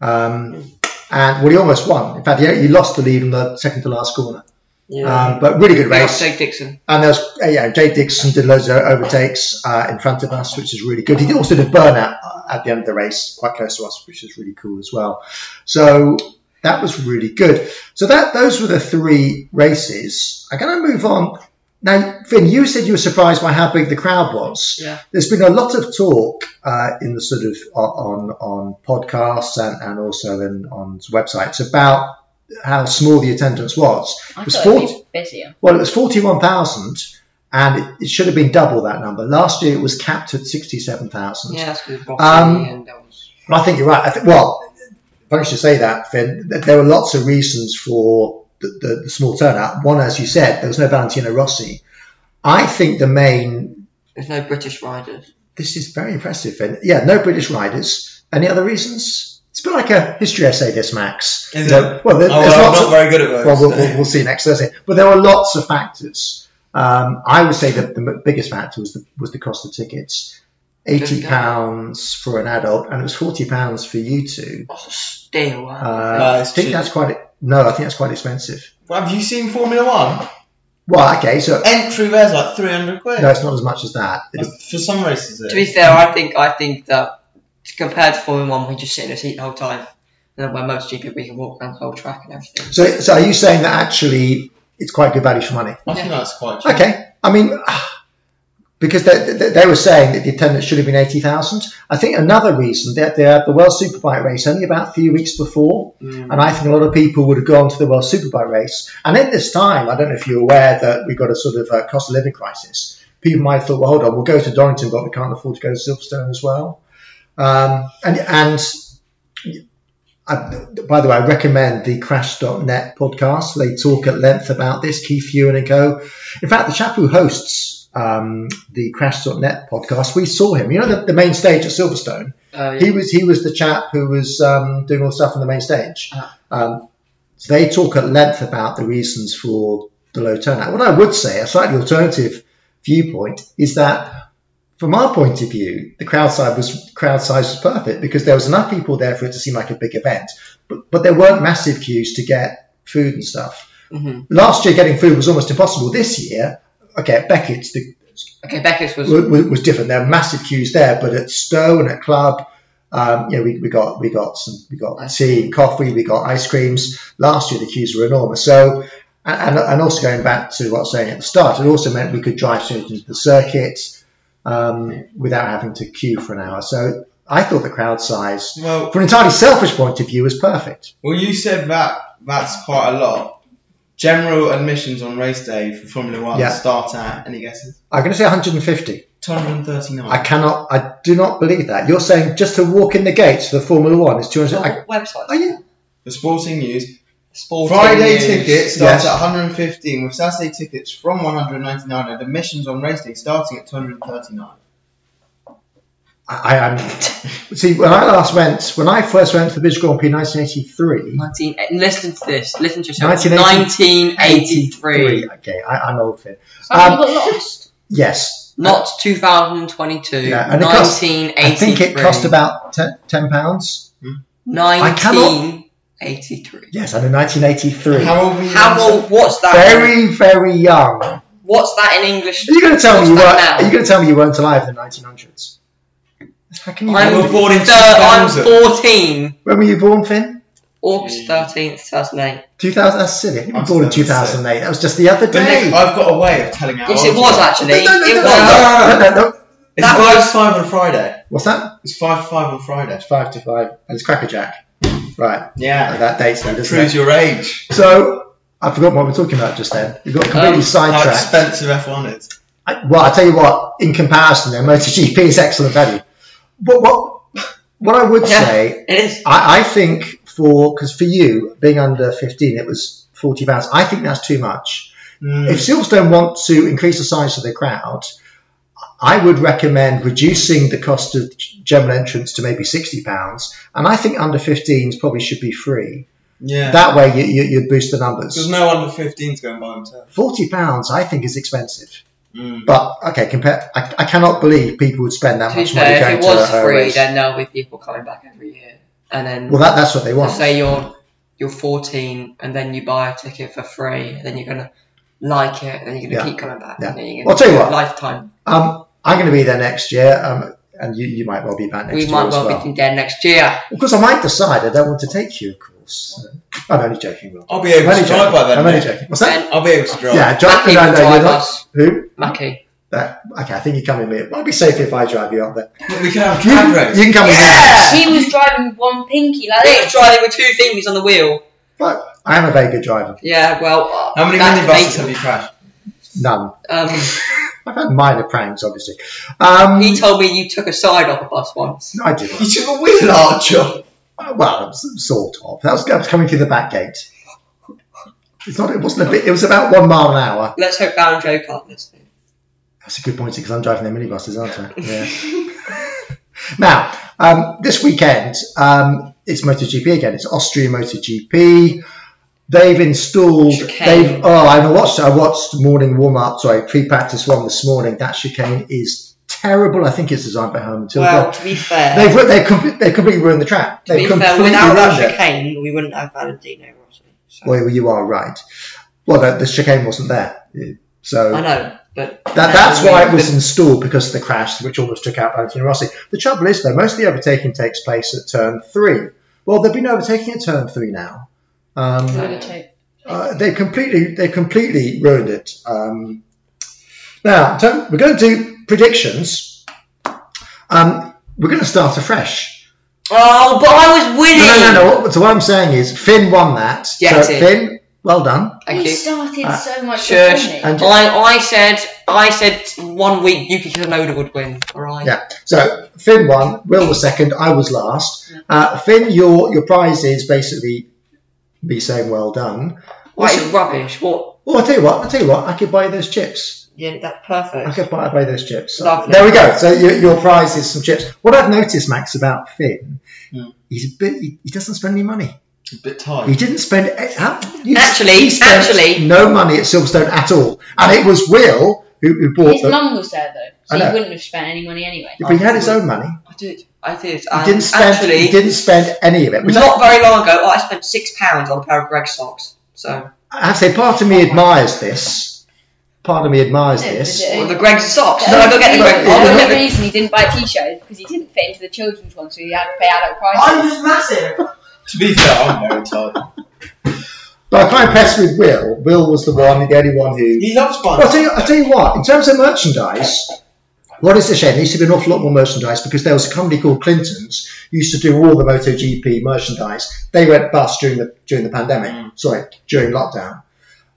Speaker 4: Um, and well, he almost won. In fact, he, he lost the lead in the second to last corner.
Speaker 5: Yeah.
Speaker 4: Um, but really good
Speaker 5: They got
Speaker 4: race.
Speaker 5: Jake Dixon.
Speaker 4: And there's uh, yeah, Jay Dixon did loads of overtakes uh, in front of us, which is really good. He also did burnout uh, at the end of the race, quite close to us, which is really cool as well. So that was really good. So that those were the three races. I'm going to move on. Now, Finn, you said you were surprised by how big the crowd was.
Speaker 5: Yeah.
Speaker 4: There's been a lot of talk uh, in the sort of on on podcasts and, and also in, on websites about how small the attendance was.
Speaker 7: I
Speaker 4: It was
Speaker 7: thought it'd
Speaker 4: 40
Speaker 7: be busier.
Speaker 4: well, it was 41,000 and it, it should have been double that number. Last year it was capped at 67,000.
Speaker 5: Yeah, that's good.
Speaker 4: Um,
Speaker 5: and that was
Speaker 4: But I think you're right. I think, well, funny you should say that, Finn. that There were lots of reasons for the, the, the small turnout. One, as you said, there was no Valentino Rossi. I think the main,
Speaker 5: there's no British riders.
Speaker 4: this is very impressive, Finn. Yeah, no British riders. Any other reasons? It's a bit like a history essay, this, Max. You
Speaker 6: Is
Speaker 4: know,
Speaker 6: it?
Speaker 4: Well, there,
Speaker 6: Oh,
Speaker 4: there's
Speaker 6: well, I'm
Speaker 4: lots
Speaker 6: not
Speaker 4: of-
Speaker 6: very good at those.
Speaker 4: well, we'll, we'll, we'll see next Thursday. But there were lots of factors. Um, I would say that the m- biggest factor was the, was the cost of tickets. Eighty pounds for an adult, and it was forty pounds for you two.
Speaker 5: That's a steal.
Speaker 4: Uh,
Speaker 6: No,
Speaker 4: I
Speaker 6: it's
Speaker 4: think
Speaker 6: cheap.
Speaker 4: that's quite. No, I think that's quite expensive.
Speaker 6: Have you seen Formula One?
Speaker 4: Well, okay, so
Speaker 6: Entry there's like 300 quid.
Speaker 4: no, it's not as much as that. It-
Speaker 6: For some races, it
Speaker 5: to be
Speaker 6: is.
Speaker 5: fair, I think I think that compared to Formula One, we just sit in a seat the whole time. And then when most GP, we can walk around the whole track and everything.
Speaker 4: So, so are you saying that actually it's quite good value for money?
Speaker 6: I think that's quite cheap.
Speaker 4: Okay, I mean, because they, they, they were saying that the attendance should have been 80,000. I think another reason that they had the World Superbike race only about three weeks before, and I think a lot of people would have gone to the World Superbike race. And at this time, I don't know if you're aware that we've got a sort of uh cost of living crisis. People might have thought, well, hold on, we'll go to Donington, but we can't afford to go to Silverstone as well. Um, and and I, by the way, I recommend the Crash.net podcast. They talk at length about this, Keith Ewan and co. In fact, the chap who hosts um, the Crash.net podcast, we saw him. You know the, the main stage at Silverstone.
Speaker 5: Uh, yeah.
Speaker 4: He was he was the chap who was um, doing all the stuff on the main stage.
Speaker 5: Ah.
Speaker 4: Um, so they talk at length about the reasons for the low turnout. What I would say, a slightly alternative viewpoint, is that from our point of view, the crowd size was crowd size was perfect because there was enough people there for it to seem like a big event, but but there weren't massive queues to get food and stuff. Last year, getting food was almost impossible. This year, okay, at Beckett's the,
Speaker 5: Okay, Beckus was
Speaker 4: was, was different. There were massive queues there, but at Stowe and at Club, um, you know, we, we got we got some we got tea, and coffee, we got ice creams. Last year the queues were enormous. So and, and- and also going back to what I was saying at the start, it also meant we could drive straight into the circuit um, without having to queue for an hour. So I thought the crowd size,
Speaker 6: Well-
Speaker 4: from an entirely selfish point of view, was perfect.
Speaker 6: Well, you said that that's quite a lot. General admissions on race day for Formula One
Speaker 4: Yeah.
Speaker 6: start at, any guesses?
Speaker 4: I'm going to say 150.
Speaker 6: 239.
Speaker 4: I cannot, I do not believe that. You're saying just to walk in the gates for the Formula One is 200. I,
Speaker 5: website.
Speaker 4: oh yeah.
Speaker 6: The sporting news.
Speaker 5: Sporting
Speaker 6: Friday
Speaker 5: news.
Speaker 6: tickets start
Speaker 4: Yes.
Speaker 6: at 115, with Saturday tickets from 199 and admissions on race day starting at 239.
Speaker 4: I, I am. See, when I last went, when I first went to the British Grand Prix in 1983,
Speaker 5: 19, eh, listen to this. Listen to yourself.
Speaker 4: 1980
Speaker 5: 1983.
Speaker 4: Okay, I, I'm old Finn.
Speaker 7: Someone
Speaker 4: Um,
Speaker 7: got lost.
Speaker 4: yes.
Speaker 5: Not 2022.
Speaker 4: Yeah, and it cost-
Speaker 5: 1983.
Speaker 4: I think it cost about ten, ten pounds.
Speaker 5: 1983.
Speaker 4: Yes, and in 1983.
Speaker 6: How old were you?
Speaker 5: How old? What's that?
Speaker 4: very, very young. Are
Speaker 5: What's that in English?
Speaker 4: you going to tell
Speaker 5: What's
Speaker 4: me you weren't?
Speaker 5: that
Speaker 4: Are
Speaker 5: now?
Speaker 4: you going to tell me you weren't alive in the 1900s? How can you?
Speaker 5: I'm,
Speaker 6: were born in
Speaker 5: thir- I'm
Speaker 6: 2000.
Speaker 5: 14.
Speaker 4: when were you born, Finn?
Speaker 5: August 13th, 2008.
Speaker 4: 2000. That's silly. I think you were born in 2008. That was just the other
Speaker 6: But Nick,
Speaker 4: day.
Speaker 6: I've got a way of telling how
Speaker 5: Yes,
Speaker 6: old
Speaker 5: it
Speaker 6: you
Speaker 5: was
Speaker 6: are.
Speaker 5: actually.
Speaker 4: No, no, no,
Speaker 5: it
Speaker 4: no,
Speaker 5: was.
Speaker 4: no, no, no, no.
Speaker 6: It's
Speaker 5: That
Speaker 6: 5
Speaker 5: was-
Speaker 6: 5 on Friday.
Speaker 4: What's that?
Speaker 6: It's 5 5 on Friday.
Speaker 4: Five to five. And it's crackerjack. Right.
Speaker 6: Yeah.
Speaker 4: That dates me, doesn't it?
Speaker 6: proves your age.
Speaker 4: So I forgot what we were talking about just then. We got completely
Speaker 6: How
Speaker 5: Um,
Speaker 4: sidetracked.
Speaker 6: expensive F1 is.
Speaker 4: I, well, I tell you what. In comparison, their MotoGP is excellent value. But what what I would
Speaker 5: Yeah,
Speaker 4: say,
Speaker 5: it is.
Speaker 4: I, I think for because for you being under fifteen, it was forty pounds. I think that's too much.
Speaker 6: Mm.
Speaker 4: If Silverstone want to increase the size of the crowd, I would recommend reducing the cost of general entrance to maybe sixty pounds, and I think under 15s probably should be free.
Speaker 6: Yeah.
Speaker 4: That way, you, you, you'd boost the numbers.
Speaker 6: There's no under 15s going by themselves.
Speaker 4: forty pounds I think is expensive.
Speaker 6: Mm.
Speaker 4: But okay, compare. I, I cannot believe people would spend that
Speaker 5: To be
Speaker 4: much money
Speaker 5: fair,
Speaker 4: going
Speaker 5: if it
Speaker 4: to
Speaker 5: was
Speaker 4: a, a
Speaker 5: free,
Speaker 4: race.
Speaker 5: then there'll be people coming back every year. And then,
Speaker 4: Well, that, that's what they want.
Speaker 5: say you're you're 14, and then you buy a ticket for free, and then you're gonna like it, and then you're gonna
Speaker 4: Yeah.
Speaker 5: keep coming back.
Speaker 4: Yeah.
Speaker 5: And then you're
Speaker 4: Well, I'll tell you
Speaker 5: do it
Speaker 4: what.
Speaker 5: lifetime.
Speaker 4: Um, I'm going to be there next year, um, and you, you might well be back next
Speaker 5: we
Speaker 4: year
Speaker 5: might
Speaker 4: as
Speaker 5: well,
Speaker 4: well.
Speaker 5: be condemned next year.
Speaker 4: Because I might decide I don't want to take you, of course. course. Uh, I'm only joking, Will.
Speaker 6: I'll be able
Speaker 4: I'm only
Speaker 6: to Oh, drive by then.
Speaker 4: I'm only
Speaker 6: mate.
Speaker 4: joking. What's that?
Speaker 6: I'll be able to drive.
Speaker 4: Yeah, drive
Speaker 5: Mackie
Speaker 4: around
Speaker 5: will
Speaker 4: there. You're
Speaker 5: drive
Speaker 4: not-
Speaker 5: us.
Speaker 4: Who?
Speaker 5: Mackie.
Speaker 4: That, okay, I think you come with me. It might be safe if I drive you up there.
Speaker 6: We can have a
Speaker 4: You,
Speaker 6: drag race.
Speaker 4: you can come with me.
Speaker 7: He was driving with one pinky like
Speaker 5: I was
Speaker 7: this.
Speaker 5: driving with two fingers on the wheel.
Speaker 4: But I am a very good driver.
Speaker 5: Yeah, well.
Speaker 6: How many
Speaker 5: that's
Speaker 6: minibuses have
Speaker 5: debatable.
Speaker 6: you crashed?
Speaker 4: None.
Speaker 5: Um,
Speaker 4: I've had minor pranks, obviously. Um,
Speaker 5: he told me you took a side off a bus once.
Speaker 4: I did.
Speaker 6: You took a wheel archer.
Speaker 4: Uh, Well, s- sort of. That was, that was coming through the back gate. It's not. It wasn't a bit. It was about one mile an hour.
Speaker 5: Let's hope Baron Joe can't listen.
Speaker 4: That's a good point because I'm driving their minibuses, aren't I? Yeah. now, um, this weekend, um, it's MotoGP again. It's Austrian MotoGP. They've installed.
Speaker 5: Chicane.
Speaker 4: They've. Oh, I watched. I watched morning warm up. Sorry, pre-practice one this morning. That chicane is terrible. I think it's designed by Herman Tilke.
Speaker 5: Well, to be fair,
Speaker 4: they've ru- they've, comple- they've completely ruined the track.
Speaker 5: to be
Speaker 4: They've
Speaker 5: fair,
Speaker 4: completely
Speaker 5: without
Speaker 4: ruined
Speaker 5: that
Speaker 4: it.
Speaker 5: chicane, we wouldn't have Valentino Rossi. So.
Speaker 4: Well, you are right. Well, the, the chicane wasn't there. So
Speaker 5: I know, but
Speaker 4: that, that's why it was installed because of the crash, which almost took out Valentino Rossi. The trouble is, though, most of the overtaking takes place at turn three. Well, there'll be no overtaking at turn three now. Um, uh, they completely they completely ruined it. Um, now so we're going to do predictions. Um, we're going to start afresh.
Speaker 5: Oh, but I was winning.
Speaker 4: No, no, no. What, so what I'm saying is, Finn won that.
Speaker 5: Get
Speaker 4: so
Speaker 5: it.
Speaker 4: Finn, well done.
Speaker 5: Thank
Speaker 8: He
Speaker 5: you.
Speaker 8: started
Speaker 4: Uh,
Speaker 8: so much
Speaker 5: Shush.
Speaker 8: before me.
Speaker 4: And
Speaker 5: I, I said I said one week Yuki Kanoda would win. All right.
Speaker 4: Yeah. So Finn won. Will was second. I was last. Uh, Finn, your your prize is basically me saying well done.
Speaker 5: What is rubbish? What?
Speaker 4: Oh, I tell you what. I tell you what. I could buy you those chips.
Speaker 5: Yeah, that's
Speaker 4: I
Speaker 5: perfect.
Speaker 4: could buy, buy those chips.
Speaker 5: Lovely.
Speaker 4: There we go. So your, your prize is some chips. What I've noticed, Max, about Finn, he's a bit. He, he doesn't spend any money.
Speaker 6: A bit
Speaker 4: He
Speaker 6: tired.
Speaker 4: didn't spend eh, how- you-
Speaker 5: Actually,
Speaker 4: he spent
Speaker 5: actually-
Speaker 4: no money at Silverstone at all, and it was Will who, who bought
Speaker 7: His
Speaker 4: them.
Speaker 7: mum was there
Speaker 4: I
Speaker 7: though, so
Speaker 4: know.
Speaker 7: he wouldn't have spent any money anyway.
Speaker 4: But he had his own money.
Speaker 5: I did. I did.
Speaker 4: He
Speaker 5: and
Speaker 4: didn't spend.
Speaker 5: Actually,
Speaker 4: he didn't spend any of it. Which
Speaker 5: not very long ago, I spent six pounds on a pair of Greg socks. So
Speaker 4: I have to say, part of me admires this. Part of me admires this.
Speaker 7: Yeah.
Speaker 5: well, the Greg socks.
Speaker 7: The
Speaker 5: No, I'll go get the
Speaker 4: but-
Speaker 5: Greg. I'll go
Speaker 7: only
Speaker 5: get the.
Speaker 7: reason he didn't buy t-shirts because he didn't fit into the children's one, so he had to pay adult prices.
Speaker 5: I was massive.
Speaker 6: To be fair, I'm very tired.
Speaker 4: But I'm quite impressed with Will. Will was the one, the only one who.
Speaker 6: He loves
Speaker 4: Well, I'll
Speaker 6: buns.
Speaker 4: tell you, I'll tell you what. In terms of merchandise, what is a shame? There used to be an awful lot more merchandise because there was a company called Clinton's who used to do all the MotoGP merchandise. They went bust during the during the pandemic.
Speaker 5: Mm.
Speaker 4: Sorry, during lockdown.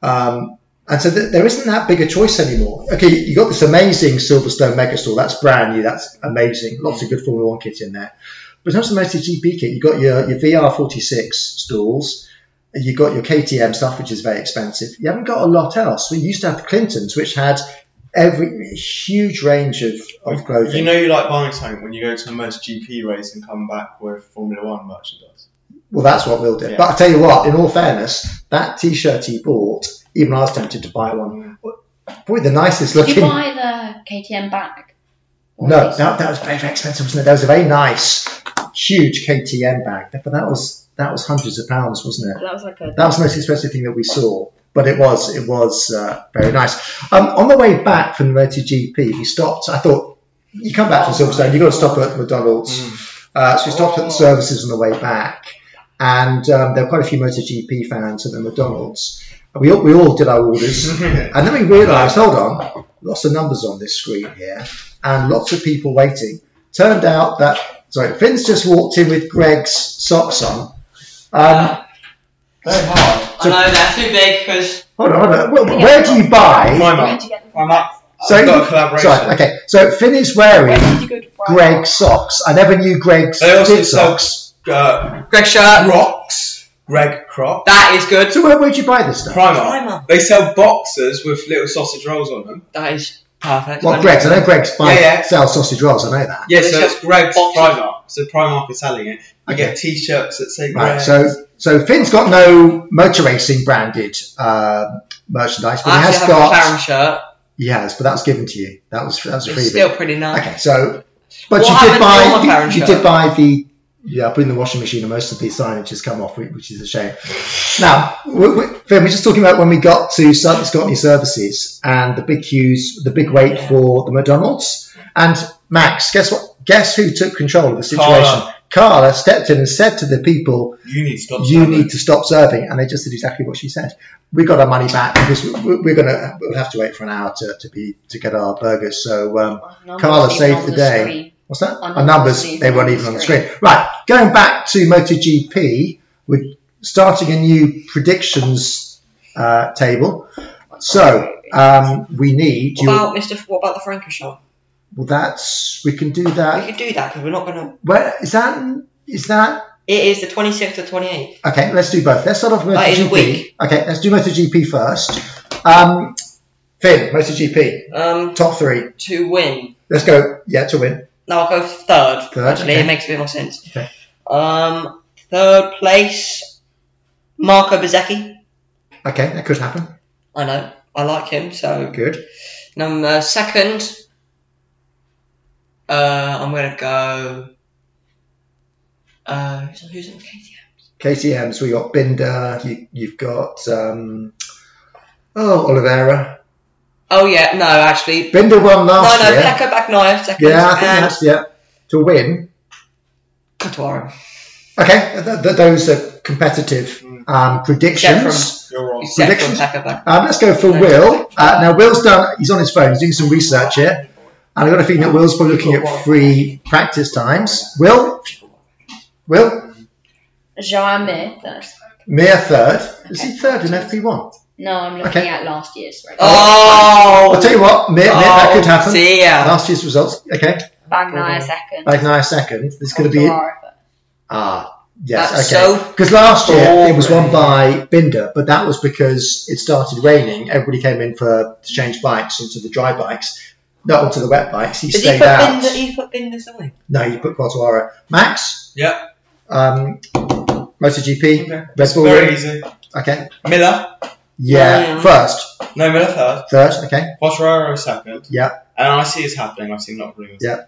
Speaker 4: Um, and so th- there isn't that big a choice anymore. Okay, you got this amazing Silverstone megastore. That's brand new. That's amazing. Lots of good Formula One kit in there. But in terms of the MotoGP kit, you got your, your VR46 stalls you've got your KTM stuff, which is very expensive. You haven't got a lot else. We used to have the Clintons, which had every a huge range of, of clothing.
Speaker 6: You know you like buying something when you go to the most GP race and come back with Formula One merchandise.
Speaker 4: well, that's what Will did.
Speaker 6: Yeah.
Speaker 4: But I tell you what, in all fairness, that T-shirt he bought, even I was tempted to buy one. Probably the nicest
Speaker 7: Did you
Speaker 4: looking.
Speaker 7: buy the KTM bag?
Speaker 4: no, that, that was very, very expensive, wasn't it? That was a very nice, huge KTM bag, but that was that was hundreds of pounds, wasn't it?
Speaker 7: That was like a
Speaker 4: That was the most expensive thing that we saw, but it was it was uh, very nice. Um, on the way back from the MotoGP, we stopped. I thought you come back from Silverstone, you've got to stop at McDonald's. Uh, so we stopped at the services on the way back, and um, there were quite a few MotoGP fans at the McDonald's. And We all, we all did our orders, and then we realised, hold on, lots of numbers on this screen here, and lots of people waiting. Turned out that sorry, Finn's just walked in with Greg's socks on. Um,
Speaker 6: Very hard.
Speaker 5: I know they're too big because
Speaker 4: Hold on, hold on. Where, where do you buy?
Speaker 6: My mum.
Speaker 5: I'm up.
Speaker 4: So,
Speaker 6: I've got a collaboration.
Speaker 4: Sorry, okay. So Finn is wearing
Speaker 7: Where did you go to buy
Speaker 4: Greg socks. I never knew Greg
Speaker 6: They also
Speaker 4: did
Speaker 6: sell-
Speaker 4: socks.
Speaker 6: Uh,
Speaker 5: Greg shirt.
Speaker 6: Crocs. Greg Crocs.
Speaker 5: That is good.
Speaker 4: So where would you buy this stuff?
Speaker 6: Primark.
Speaker 5: Primark.
Speaker 6: They sell boxes with little sausage rolls on them.
Speaker 5: That is perfect.
Speaker 4: What Greg's? I know Greg's buy
Speaker 6: Yeah, yeah.
Speaker 4: sells sausage rolls. I know that.
Speaker 6: Yeah,
Speaker 5: They
Speaker 6: so
Speaker 5: sell
Speaker 6: it's Greg's
Speaker 5: boxes.
Speaker 6: Primark. So Primark is selling it. You
Speaker 4: Okay.
Speaker 6: get T-shirts that say
Speaker 4: Right.
Speaker 6: Greg.
Speaker 4: So so Finn's got no motor racing branded uh, merchandise, but
Speaker 5: I
Speaker 4: he
Speaker 5: actually
Speaker 4: has
Speaker 5: have
Speaker 4: got.
Speaker 5: a McLaren shirt.
Speaker 4: He has, but that was given to you. That was that was a
Speaker 5: It's
Speaker 4: freebie.
Speaker 5: still pretty nice.
Speaker 4: Okay, so but
Speaker 5: What
Speaker 4: you did
Speaker 5: happened to your
Speaker 4: buy
Speaker 5: McLaren
Speaker 4: you, you
Speaker 5: shirt?
Speaker 4: did buy the yeah, I put in the washing machine and most of the signage has come off, whi- which is a shame. Now, we, we, Finn, we're just talking about when we got to Southern Scotland Services and the big queues, the big wait for the McDonald's. And Max, guess what? Guess who took control of the situation?
Speaker 6: Carla.
Speaker 4: Carla stepped in and said to the people,
Speaker 6: You need to stop.
Speaker 4: you
Speaker 6: serving.
Speaker 4: need to stop serving. And they just did exactly what she said. We got our money back because we- we- we're going to we'll have to wait for an hour to, to be to get our burgers. So um,
Speaker 7: numbers
Speaker 4: Carla
Speaker 7: even
Speaker 4: saved
Speaker 7: on
Speaker 4: the
Speaker 7: the
Speaker 4: day.
Speaker 7: screen.
Speaker 4: What's that?
Speaker 7: Our
Speaker 4: Our
Speaker 7: numbers
Speaker 4: numbers,
Speaker 7: even
Speaker 4: they
Speaker 7: on
Speaker 4: weren't
Speaker 7: the
Speaker 4: even on the
Speaker 7: screen.
Speaker 4: screen. Right, going back to MotoGP, we're starting a new predictions uh, table. So um, we need
Speaker 5: What
Speaker 4: you.
Speaker 5: about Mr. F- What about the Franco shot?
Speaker 4: Well, that's we can do
Speaker 5: We
Speaker 4: that.
Speaker 5: could do that because we're not gonna.
Speaker 4: Where is that? Is that
Speaker 5: It is the 26th to 28th.
Speaker 4: Okay, let's do both. Let's start off with
Speaker 5: That is a
Speaker 4: MotoGP.
Speaker 5: week.
Speaker 4: Okay, let's do MotoGP first. Um, Finn, MotoGP,
Speaker 5: Um,
Speaker 4: top three.
Speaker 5: to win.
Speaker 4: Let's go. Yeah, to win.
Speaker 5: Now I'll go third.
Speaker 4: Third,
Speaker 5: actually,
Speaker 4: okay.
Speaker 5: it makes a bit more sense.
Speaker 4: Okay.
Speaker 5: Um, third place, Marco Bezzecchi.
Speaker 4: Okay, that could happen.
Speaker 5: I know. I like him. So
Speaker 4: Good.
Speaker 5: number second. Uh, I'm gonna go. Uh, who's, who's in KTM?
Speaker 4: KTM's. We got Binder. You, you've got um, oh Oliveira.
Speaker 5: Oh yeah, no, actually,
Speaker 4: Binder won
Speaker 5: no,
Speaker 4: last
Speaker 5: no,
Speaker 4: year.
Speaker 5: Pecco Bagnaia second,
Speaker 4: yeah, I think
Speaker 5: and
Speaker 4: that's yeah to win.
Speaker 5: Cotaro.
Speaker 4: Okay, th- th- those are competitive um, predictions.
Speaker 6: You're wrong.
Speaker 5: Except for
Speaker 4: Predictions?
Speaker 5: Pecco Bagnaia.
Speaker 4: Um, let's go for Will. Uh, now, Will's done, he's on his phone, he's doing some research here. And I've got a feeling that Will's probably looking at free practice times. Will? Will?
Speaker 7: Jamais first.
Speaker 4: Mia third. Is he third in FP1?
Speaker 7: No, I'm looking
Speaker 4: Okay.
Speaker 7: at last year's record.
Speaker 5: Oh,
Speaker 4: I'll tell you what, Mia, Mia, that could happen.
Speaker 5: See ya.
Speaker 4: Last year's results. Okay.
Speaker 7: Bagnaia second.
Speaker 4: Bagnaia second. There's going to be.
Speaker 7: Ferrari first.
Speaker 4: Ah, yes.
Speaker 5: Oh, That's
Speaker 4: okay.
Speaker 5: so
Speaker 4: Because last year it was
Speaker 5: boring.
Speaker 4: won by Binder, but that was because it started raining. Everybody came in for to change bikes onto the dry bikes, not onto the wet bikes. He
Speaker 5: Did
Speaker 4: stayed
Speaker 5: he put
Speaker 4: out.
Speaker 5: Binder? He put Binder somewhere.
Speaker 4: No, you put Quattuara. Max,
Speaker 6: Yeah,
Speaker 4: um, MotoGP,
Speaker 6: Okay.
Speaker 4: Red Bull
Speaker 6: very
Speaker 4: Ring.
Speaker 6: easy.
Speaker 4: Okay.
Speaker 6: Miller,
Speaker 4: Yeah.
Speaker 5: Yeah.
Speaker 4: First,
Speaker 6: no Miller third,
Speaker 4: third. Okay.
Speaker 6: Quattraro second,
Speaker 4: Yeah.
Speaker 6: and I see it's happening. I've seen a lot of rumours.
Speaker 4: Yeah.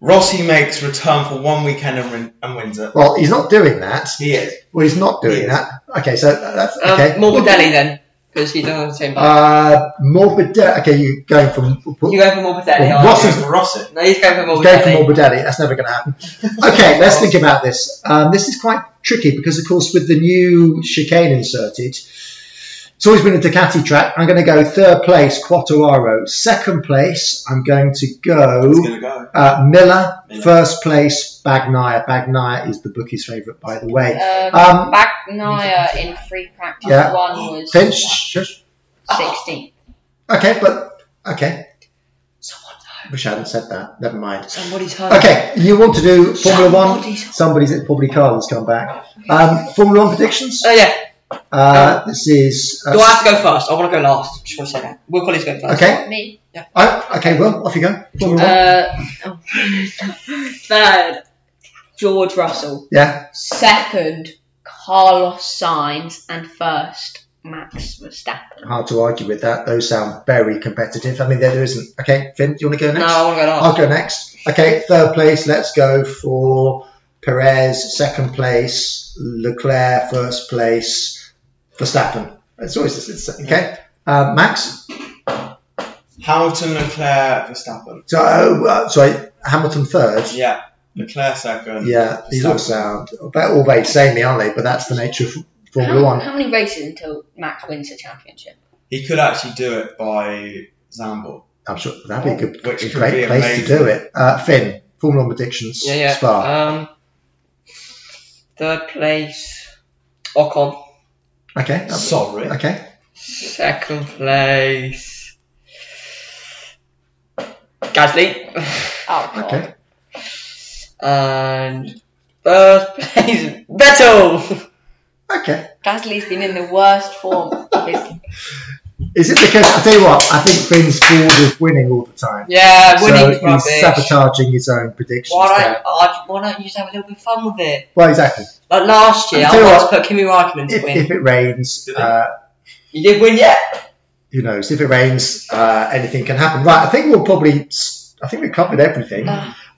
Speaker 6: Rossi makes return for one weekend and, win- and wins it.
Speaker 4: Well, he's not doing that.
Speaker 6: He is.
Speaker 4: Well, he's not doing
Speaker 6: He is.
Speaker 4: that. Okay. So that's
Speaker 5: Um,
Speaker 4: okay.
Speaker 5: Morbidelli then, because he's on the same bike.
Speaker 4: Uh, Morbidelli. Okay, you're going from.
Speaker 5: you go for Morbidelli.
Speaker 4: Well,
Speaker 5: aren't
Speaker 4: Ross
Speaker 5: you?
Speaker 4: is-
Speaker 6: Rossi.
Speaker 5: No, he's going for
Speaker 4: Going for
Speaker 5: Morbidelli.
Speaker 4: Morbidelli, that's never going to happen. Okay, let's think about this. Um, this is quite tricky because, of course, with the new chicane inserted, it's always been a Ducati track. I'm going to go third place, Quattuaro. Second place, I'm going to
Speaker 6: He's
Speaker 4: go
Speaker 6: gonna go.
Speaker 4: uh, Miller.
Speaker 6: Miller.
Speaker 4: First place, Bagnaia. Bagnaia is the bookie's favourite, by the way.
Speaker 7: Um,
Speaker 4: Um,
Speaker 7: Bagnaia in free practice
Speaker 4: Yeah.
Speaker 7: one was
Speaker 4: Finch, shush.
Speaker 7: 16th.
Speaker 4: Okay, but okay. Wish I hadn't said that. Never mind.
Speaker 5: Somebody's home.
Speaker 4: Okay, you want to do Formula One?
Speaker 5: Somebody's-
Speaker 4: Somebody's it's probably Carl's come back. Um, Formula One predictions.
Speaker 5: Oh yeah.
Speaker 4: Uh, this is
Speaker 5: Do I
Speaker 4: uh,
Speaker 5: have to go first? I want to go last. Just want to say that. Will Collins go first?
Speaker 4: okay.
Speaker 7: Me.
Speaker 4: Oh, okay, well, off you go. Formula One.
Speaker 7: Uh, oh. third, George Russell.
Speaker 4: Yeah.
Speaker 7: Second, Carlos Sainz. And first, Max Verstappen.
Speaker 4: Hard to argue with that. Those sound very competitive. I mean, there, there isn't. Okay, Finn, do you want to go
Speaker 5: No,
Speaker 4: next?
Speaker 5: I want to go last.
Speaker 4: I'll go next. Okay, third place. Let's go for Perez. Second place, Leclerc. First place, Verstappen. It's always this. It's, okay, uh, Max.
Speaker 6: Hamilton, Leclerc, Verstappen.
Speaker 4: So, oh, uh, sorry, Hamilton third.
Speaker 6: Yeah, Leclerc second.
Speaker 4: Yeah, these all
Speaker 6: Verstappen.
Speaker 4: sound they're all very samey, aren't they? But that's the nature of Formula
Speaker 7: How,
Speaker 4: One.
Speaker 7: how many races until Max wins the championship?
Speaker 6: He could actually do it by Zambor.
Speaker 4: I'm sure that'd be a good,
Speaker 6: Which
Speaker 4: a
Speaker 6: could
Speaker 4: great
Speaker 6: be
Speaker 4: place to
Speaker 6: amazing.
Speaker 4: do it. Uh, Finn, Formula One predictions.
Speaker 5: Yeah, yeah.
Speaker 4: Spa.
Speaker 5: Um, third place, Ocon.
Speaker 4: okay. that'd be-
Speaker 6: Sorry.
Speaker 4: Okay.
Speaker 5: Second place, Gasly.
Speaker 7: Oh, God.
Speaker 4: Okay.
Speaker 5: And first place, Vettel. Oh.
Speaker 4: Okay.
Speaker 7: Gasly's been in the worst form of his.
Speaker 4: Is it because I tell you what? I think Finn's bored of winning all the time.
Speaker 5: Yeah,
Speaker 4: so
Speaker 5: winning
Speaker 4: he's
Speaker 5: rubbish.
Speaker 4: sabotaging his own predictions.
Speaker 5: Why
Speaker 4: there.
Speaker 5: don't, I- why don't you just have a little bit of fun with it?
Speaker 4: Well, exactly.
Speaker 5: Like last year,
Speaker 4: I'll
Speaker 5: I
Speaker 4: tell you
Speaker 5: wanted to
Speaker 4: what,
Speaker 5: put Kimi Raikkonen to
Speaker 4: If,
Speaker 5: win.
Speaker 4: if it rains,
Speaker 6: Did they?
Speaker 4: uh,
Speaker 5: You did win, yeah.
Speaker 4: who knows? If it rains, uh, anything can happen. Right, I think we'll probably, I think we covered everything.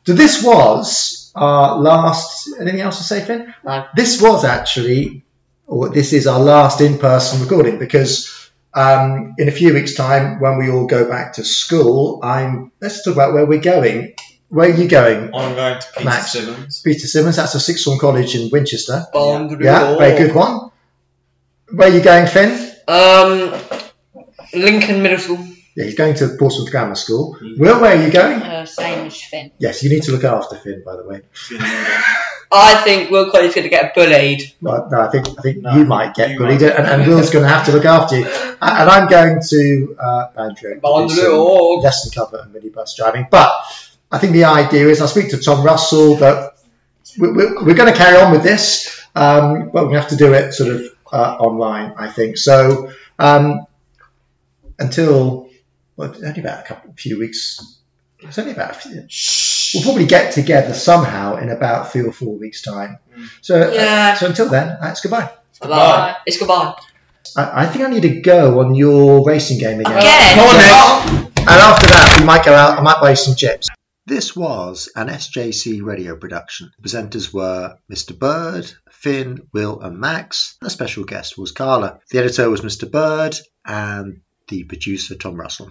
Speaker 4: So this was our last. Anything else to say, Finn?
Speaker 5: No.
Speaker 4: This was actually, or this is our last in-person recording because um, in a few weeks' time, when we all go back to school, I'm. Let's talk about where we're going. Where are you going?
Speaker 6: I'm going to Peter
Speaker 4: Max.
Speaker 6: Simmons.
Speaker 4: Peter Simmons, that's a sixth form college in Winchester.
Speaker 5: Boundary
Speaker 4: Yeah,
Speaker 5: wall.
Speaker 4: very good one. Where are you going, Finn?
Speaker 5: Um, Lincoln Middle School.
Speaker 4: Yeah, he's going to Portsmouth Grammar School. Will, where are you going?
Speaker 7: Uh, same as Finn.
Speaker 4: Yes, you need to look after Finn, by the way.
Speaker 5: I think Will Colley's going to get bullied.
Speaker 4: Well, no, I think I think
Speaker 6: No,
Speaker 4: you might get
Speaker 6: you
Speaker 4: bullied,
Speaker 6: might.
Speaker 4: and, and Will's going to have to look after you. And and I'm going to uh, Boundary Oak to do
Speaker 5: Boundary
Speaker 4: some
Speaker 5: Oak.
Speaker 4: lesson cover and minibus driving. But I think the idea is I'll speak to Tom Russell, but we, we, we're going to carry on with this, um, but we have to do it sort of uh, online, I think. So um, until well, it's only about a couple, few weeks. It's only about a few. We'll probably get together somehow in about three or four weeks' time. So, uh,
Speaker 5: Yeah.
Speaker 4: so until then, that's goodbye.
Speaker 5: Goodbye. It's goodbye.
Speaker 4: I, I think I need to go on your racing game again.
Speaker 5: Again?
Speaker 4: Come on, Nick. And after that, we might go out. I might buy some chips. This was an SJC radio production. The presenters were Mr. Bird, Finn, Will, and Max. The special guest was Carla. The editor was Mr. Bird, and the producer Tom Russell.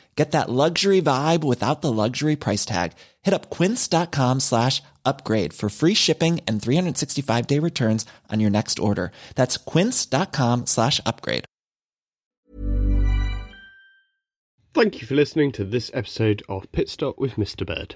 Speaker 9: Get that luxury vibe without the luxury price tag. Hit up quince.com slash upgrade for free shipping and 365 day returns on your next order. That's quince.com slash upgrade.
Speaker 10: Thank you for listening to this episode of Pit Stop with Mr. Bird.